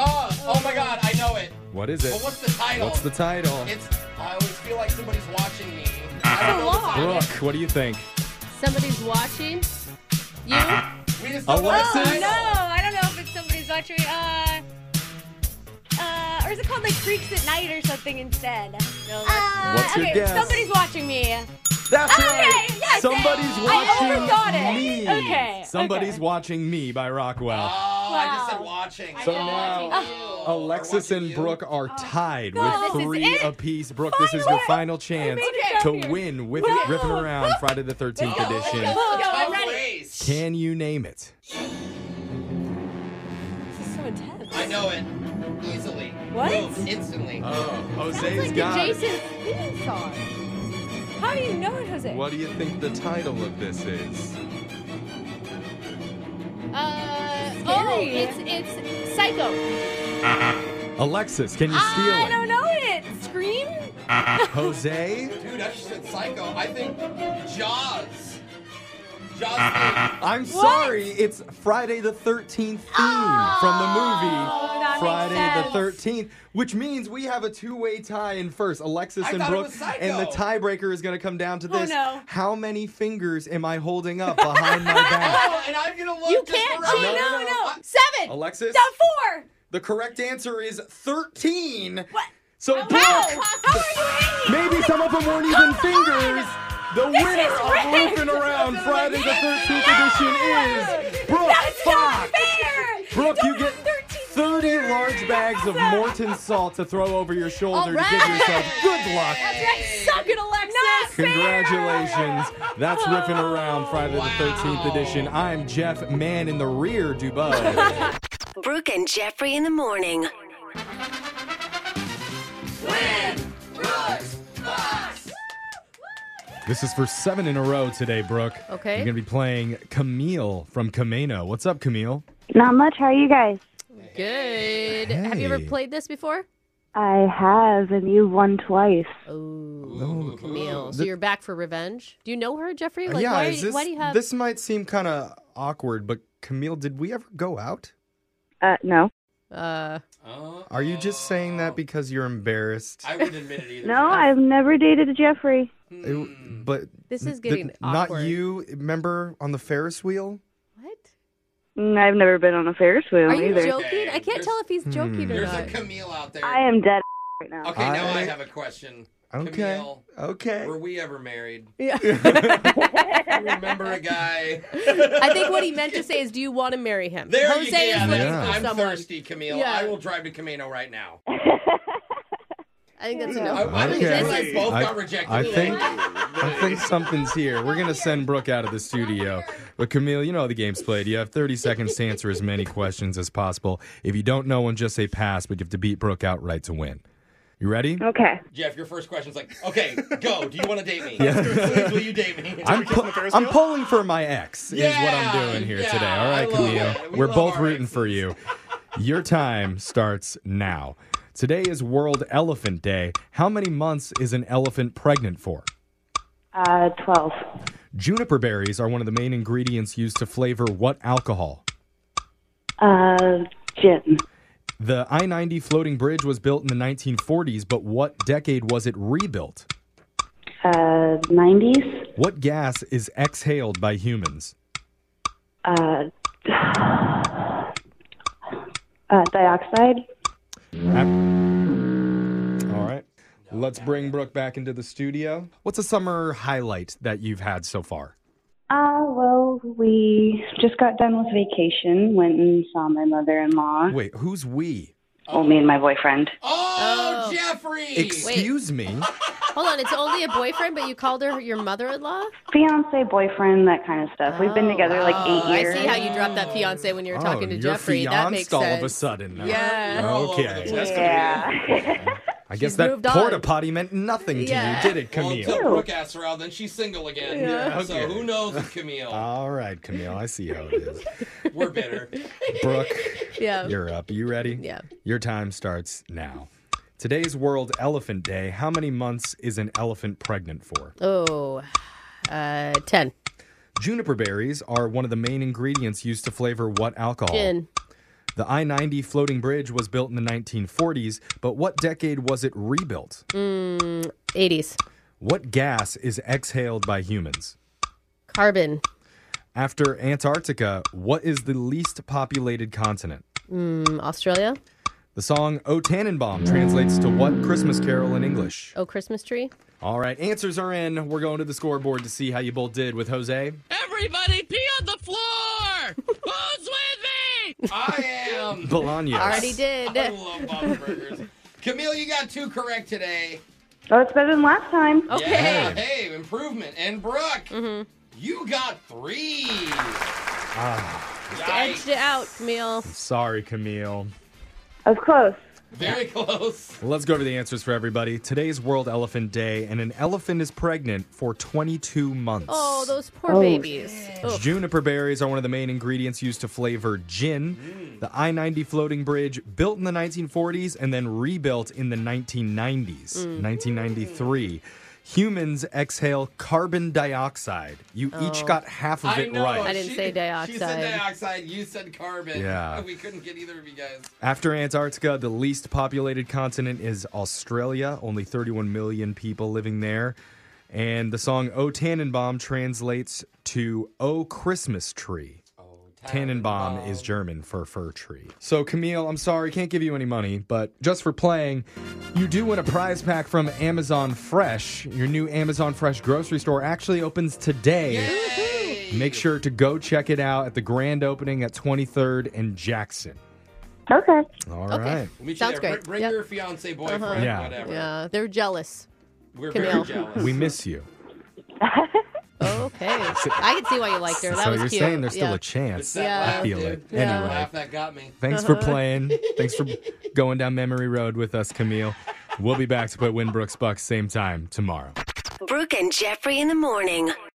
Speaker 4: Oh, oh my God, I know it.
Speaker 1: What is it?
Speaker 4: But what's the title?
Speaker 1: What's the title?
Speaker 4: It's. I always feel like somebody's watching me.
Speaker 10: Uh-huh.
Speaker 4: I don't know the title.
Speaker 1: Brooke, what do you think?
Speaker 2: Somebody's watching you.
Speaker 4: We just don't know the
Speaker 1: Alexis?
Speaker 10: Oh
Speaker 4: title.
Speaker 10: no! I don't know if it's somebody's watching. me. Uh, uh, or is it called like Freaks at Night or something instead? No. Uh,
Speaker 1: What's your
Speaker 10: okay,
Speaker 1: guess?
Speaker 10: Somebody's watching me.
Speaker 1: That's
Speaker 10: Okay,
Speaker 1: right.
Speaker 10: yes,
Speaker 1: Somebody's
Speaker 10: I
Speaker 1: watching
Speaker 10: overthought it.
Speaker 1: me.
Speaker 10: Okay,
Speaker 1: Somebody's
Speaker 10: okay.
Speaker 1: watching me by Rockwell.
Speaker 4: Oh, I just said
Speaker 10: Wow.
Speaker 4: watching. Oh.
Speaker 1: So now,
Speaker 4: Or
Speaker 1: Alexis
Speaker 4: watching
Speaker 1: and
Speaker 4: you.
Speaker 1: Brooke are tied
Speaker 10: God,
Speaker 1: with
Speaker 10: Oh. this is
Speaker 1: three
Speaker 10: it.
Speaker 1: apiece. Brooke, this is your final chance
Speaker 10: made it
Speaker 1: to
Speaker 10: down here.
Speaker 1: win with
Speaker 10: Wow.
Speaker 1: Ripping Around Friday the 13th
Speaker 4: Oh,
Speaker 1: edition.
Speaker 4: that's
Speaker 10: Go,
Speaker 4: a tough
Speaker 10: I'm ready.
Speaker 4: race.
Speaker 1: Can you name it?
Speaker 10: This is so intense.
Speaker 4: I know it easily.
Speaker 10: What?
Speaker 4: Boom, instantly.
Speaker 1: Oh, Jose's
Speaker 2: It's like the
Speaker 1: got it.
Speaker 2: Jason theme song.
Speaker 10: How do you know it, Jose?
Speaker 1: What do you think the title of this is?
Speaker 2: Uh, oh,
Speaker 10: Scary.
Speaker 2: it's it's Psycho.
Speaker 1: Alexis, can you steal
Speaker 10: I
Speaker 1: it?
Speaker 10: don't know it. Scream?
Speaker 1: Jose?
Speaker 4: Dude, I just said psycho. I think Jaws. Jaws.
Speaker 1: I'm sorry, it's Friday the 13th theme from the movie
Speaker 10: that makes
Speaker 1: Friday
Speaker 10: sense.
Speaker 1: the 13th, which means we have a two-way tie in first, Alexis
Speaker 4: I
Speaker 1: and
Speaker 4: thought it
Speaker 1: Brooke,
Speaker 4: was Psycho.
Speaker 1: and the tiebreaker is going to come down to this.
Speaker 10: no.
Speaker 1: How many fingers am I holding up behind my back?
Speaker 4: Oh, and I'm gonna look.
Speaker 2: You
Speaker 4: just
Speaker 2: can't
Speaker 4: around.
Speaker 2: cheat.
Speaker 1: No, no,
Speaker 10: no.
Speaker 2: Seven.
Speaker 1: Alexis,
Speaker 10: Down four.
Speaker 1: the correct answer is 13.
Speaker 10: What?
Speaker 4: Oh,
Speaker 1: So
Speaker 10: How?
Speaker 1: Brooke,
Speaker 10: How are you
Speaker 1: maybe some of them weren't even fingers. The winner
Speaker 10: is
Speaker 1: of
Speaker 10: rigged.
Speaker 1: Roofing Around Friday the 13th edition is Brooke
Speaker 10: That's not
Speaker 1: Fox.
Speaker 10: fair.
Speaker 1: Brooke, you get
Speaker 10: 13
Speaker 1: 30 large bags of Morton salt to throw over your shoulder to give
Speaker 2: Alright.
Speaker 1: yourself good luck.
Speaker 2: Suck it, Alexis.
Speaker 10: Not fair.
Speaker 1: Congratulations. That's riffing around Friday the 13th edition. I'm Jeff, man in the rear, Dubois.
Speaker 8: Brooke and Jeffrey in the morning.
Speaker 1: this is for seven in a row today, Brooke.
Speaker 2: Okay.
Speaker 1: You're going to be playing Camille from Camino. What's up, Camille?
Speaker 17: Not much. How are you guys?
Speaker 2: Good. Have you ever
Speaker 1: Hey.
Speaker 2: played this before?
Speaker 17: I have, and you won twice.
Speaker 2: Oh, Camille. So you're back for revenge. Do you know her, Jeffrey? Like,
Speaker 1: Uh, yeah,
Speaker 2: why,
Speaker 1: is this,
Speaker 2: why do you have?
Speaker 1: this might seem kind of awkward, but Camille, did we ever go out?
Speaker 17: Uh, no.
Speaker 2: Uh,
Speaker 1: Are you just saying that because you're embarrassed?
Speaker 4: I wouldn't admit it either.
Speaker 17: No, I've never dated a Jeffrey.
Speaker 4: Mm.
Speaker 1: It- but
Speaker 2: This
Speaker 1: n-
Speaker 2: is getting awkward.
Speaker 1: Not you. Remember on the Ferris wheel?
Speaker 2: what?
Speaker 17: Mm, I've never been on a Ferris wheel
Speaker 2: Are you
Speaker 17: either.
Speaker 2: joking? I can't
Speaker 4: There's-
Speaker 2: tell if
Speaker 1: Hmm.
Speaker 2: he's joking or
Speaker 4: There's
Speaker 2: not.
Speaker 4: a Camille out there.
Speaker 17: I am dead right now.
Speaker 4: Okay, now I
Speaker 1: I-
Speaker 4: have a question.
Speaker 1: Okay.
Speaker 4: Camille,
Speaker 1: Okay.
Speaker 4: were we ever married?
Speaker 2: Yeah.
Speaker 4: I remember a guy.
Speaker 2: I think what he meant to say is, do you want to marry him?
Speaker 4: There
Speaker 2: Jose
Speaker 4: you go.
Speaker 2: is looking
Speaker 1: Yeah.
Speaker 2: for
Speaker 4: I'm
Speaker 2: someone.
Speaker 4: thirsty, Camille.
Speaker 2: Yeah.
Speaker 4: I will drive to Camino right now.
Speaker 2: I think that's
Speaker 4: I,
Speaker 2: enough.
Speaker 4: I think
Speaker 1: Okay.
Speaker 4: we
Speaker 1: Wait.
Speaker 4: both
Speaker 1: I-
Speaker 4: got rejected.
Speaker 1: I think- I think something's here. We're gonna send Brooke out of the studio. But Camille, you know how the game's played. You have 30 seconds to answer as many questions as possible. If you don't know one, just say pass. But you have to beat Brooke outright to win. You ready?
Speaker 17: Okay.
Speaker 4: Jeff, your first question's like, okay, go. Do you want to date me? Please, will you date me?
Speaker 1: I'm,
Speaker 18: kiss
Speaker 1: po-
Speaker 18: on the Ferris
Speaker 1: I'm
Speaker 18: wheel?
Speaker 1: polling for my ex, is what I'm
Speaker 4: Yeah,
Speaker 1: doing here
Speaker 4: yeah,
Speaker 1: today. All
Speaker 4: I
Speaker 1: right,
Speaker 4: love
Speaker 1: Camille.
Speaker 4: it. We
Speaker 1: We're
Speaker 4: love
Speaker 1: both
Speaker 4: our
Speaker 1: rooting for you. Your time starts now. Today is World Elephant Day. How many months is an elephant pregnant for?
Speaker 16: Uh, 12.
Speaker 1: Juniper berries are one of the main ingredients used to flavor what alcohol?
Speaker 16: Uh, gin.
Speaker 1: The I 90 floating bridge was built in the 1940s, but what decade was it rebuilt?
Speaker 16: Uh, 90s.
Speaker 1: What gas is exhaled by humans?
Speaker 16: Uh, uh, dioxide.
Speaker 1: All right. Let's bring Brooke back into the studio. What's a summer highlight that you've had so far?
Speaker 19: Uh, well, we just got done with vacation, went and saw my mother in law.
Speaker 1: Wait, who's we?
Speaker 19: Oh, me and my boyfriend.
Speaker 4: Oh, Jeffrey!
Speaker 1: Excuse me.
Speaker 2: Hold on, it's only a boyfriend, but you called her your mother-in-law.
Speaker 19: Fiance, boyfriend, that kind of stuff. We've been together like
Speaker 2: Oh,
Speaker 19: eight years.
Speaker 2: I see how you dropped that fiance when you
Speaker 1: Oh,
Speaker 2: were talking to
Speaker 1: you're
Speaker 2: Jeffrey. That
Speaker 1: fianced
Speaker 2: makes
Speaker 1: all
Speaker 2: sense.
Speaker 1: of a sudden. now. Oh,
Speaker 2: Yeah. We're all
Speaker 1: Okay.
Speaker 19: Yeah.
Speaker 1: I guess that
Speaker 2: moved on.
Speaker 1: porta potty meant nothing to
Speaker 2: Yeah.
Speaker 1: you, did it,
Speaker 4: Well,
Speaker 1: Camille?
Speaker 4: until Brooke asks her out, then she's single again.
Speaker 1: Yeah.
Speaker 4: So
Speaker 1: Okay.
Speaker 4: who knows with Camille?
Speaker 1: All right, Camille, I see how it is.
Speaker 4: We're bitter.
Speaker 1: Brooke,
Speaker 2: Yeah.
Speaker 1: you're up. You ready?
Speaker 2: Yeah.
Speaker 1: Your time starts now. Today's World Elephant Day. How many months is an elephant pregnant for?
Speaker 2: Oh, uh, ten.
Speaker 1: Juniper berries are one of the main ingredients used to flavor what alcohol?
Speaker 2: Gin.
Speaker 1: The I 90 floating bridge was built in the 1940s, but what decade was it rebuilt?
Speaker 2: Mm, 80s.
Speaker 1: What gas is exhaled by humans?
Speaker 2: Carbon.
Speaker 1: After Antarctica, what is the least populated continent?
Speaker 2: Mm, Australia.
Speaker 1: The song O Tannenbaum translates to what Christmas carol in English?
Speaker 2: Oh, Christmas tree.
Speaker 1: All right, answers are in. We're going to the scoreboard to see how you both did with Jose.
Speaker 20: Everybody pee on the floor! Who's with me?
Speaker 4: I am.
Speaker 1: Bolaños. Already
Speaker 2: did.
Speaker 4: I love Bobby Burgers. Camille, you got two correct today.
Speaker 19: Oh, it's better than last time.
Speaker 4: Yeah. Hey, improvement. And Brooke,
Speaker 2: Mm-hmm.
Speaker 4: you got three.
Speaker 1: Ah,
Speaker 2: Edged it out, Camille.
Speaker 1: sorry, Camille.
Speaker 19: I was close.
Speaker 4: Very close.
Speaker 1: Let's go over the answers for everybody. Today's World Elephant Day, and an elephant is pregnant for 22 months.
Speaker 2: Oh, those poor
Speaker 1: Oh.
Speaker 2: babies. Ugh.
Speaker 1: Juniper berries are one of the main ingredients used to flavor gin.
Speaker 4: Mm.
Speaker 1: The I 90 floating bridge, built in the 1940s and then rebuilt in the 1990s,
Speaker 13: Mm.
Speaker 4: Mm.
Speaker 1: 1993. Humans exhale carbon dioxide. You each
Speaker 2: Oh.
Speaker 1: got half of
Speaker 4: I
Speaker 1: it
Speaker 4: know.
Speaker 1: right.
Speaker 2: I didn't
Speaker 4: She-
Speaker 2: say
Speaker 4: She said
Speaker 2: dioxide.
Speaker 4: dioxide. You said carbon.
Speaker 1: Yeah.
Speaker 4: We couldn't get either of you guys.
Speaker 1: After Antarctica, the least populated continent is Australia, only 31 million people living there. And the song O Tannenbaum translates to O Christmas Tree. Tannenbaum, is German for fir tree. So, Camille, I'm sorry, can't give you any money, but just for playing, you do win a prize pack from Amazon Fresh. Your new Amazon Fresh grocery store actually opens today. Make sure to go check it out at the grand opening at 23rd and Jackson.
Speaker 19: Okay.
Speaker 1: All right.
Speaker 2: Okay.
Speaker 4: We'll meet you
Speaker 2: Sounds
Speaker 4: there.
Speaker 2: great.
Speaker 4: Bring
Speaker 2: Yep.
Speaker 4: your fiance boyfriend,
Speaker 2: Uh-huh.
Speaker 1: Yeah.
Speaker 4: whatever.
Speaker 2: Yeah, they're jealous.
Speaker 4: We're very
Speaker 2: Camille.
Speaker 4: jealous.
Speaker 1: We miss you.
Speaker 2: Okay. I can see why you liked her. That
Speaker 1: so
Speaker 2: was
Speaker 1: you're
Speaker 2: cute.
Speaker 1: saying there's still
Speaker 2: Yeah.
Speaker 1: a chance.
Speaker 2: Yeah.
Speaker 1: I feel it.
Speaker 2: Yeah.
Speaker 1: Anyway,
Speaker 4: Laugh that got me.
Speaker 1: thanks
Speaker 2: Uh-huh.
Speaker 1: for playing. thanks for going down memory road with us, Camille. We'll be back to put Winbrooks Bucks same time tomorrow.
Speaker 8: Brooke and Jeffrey in the morning.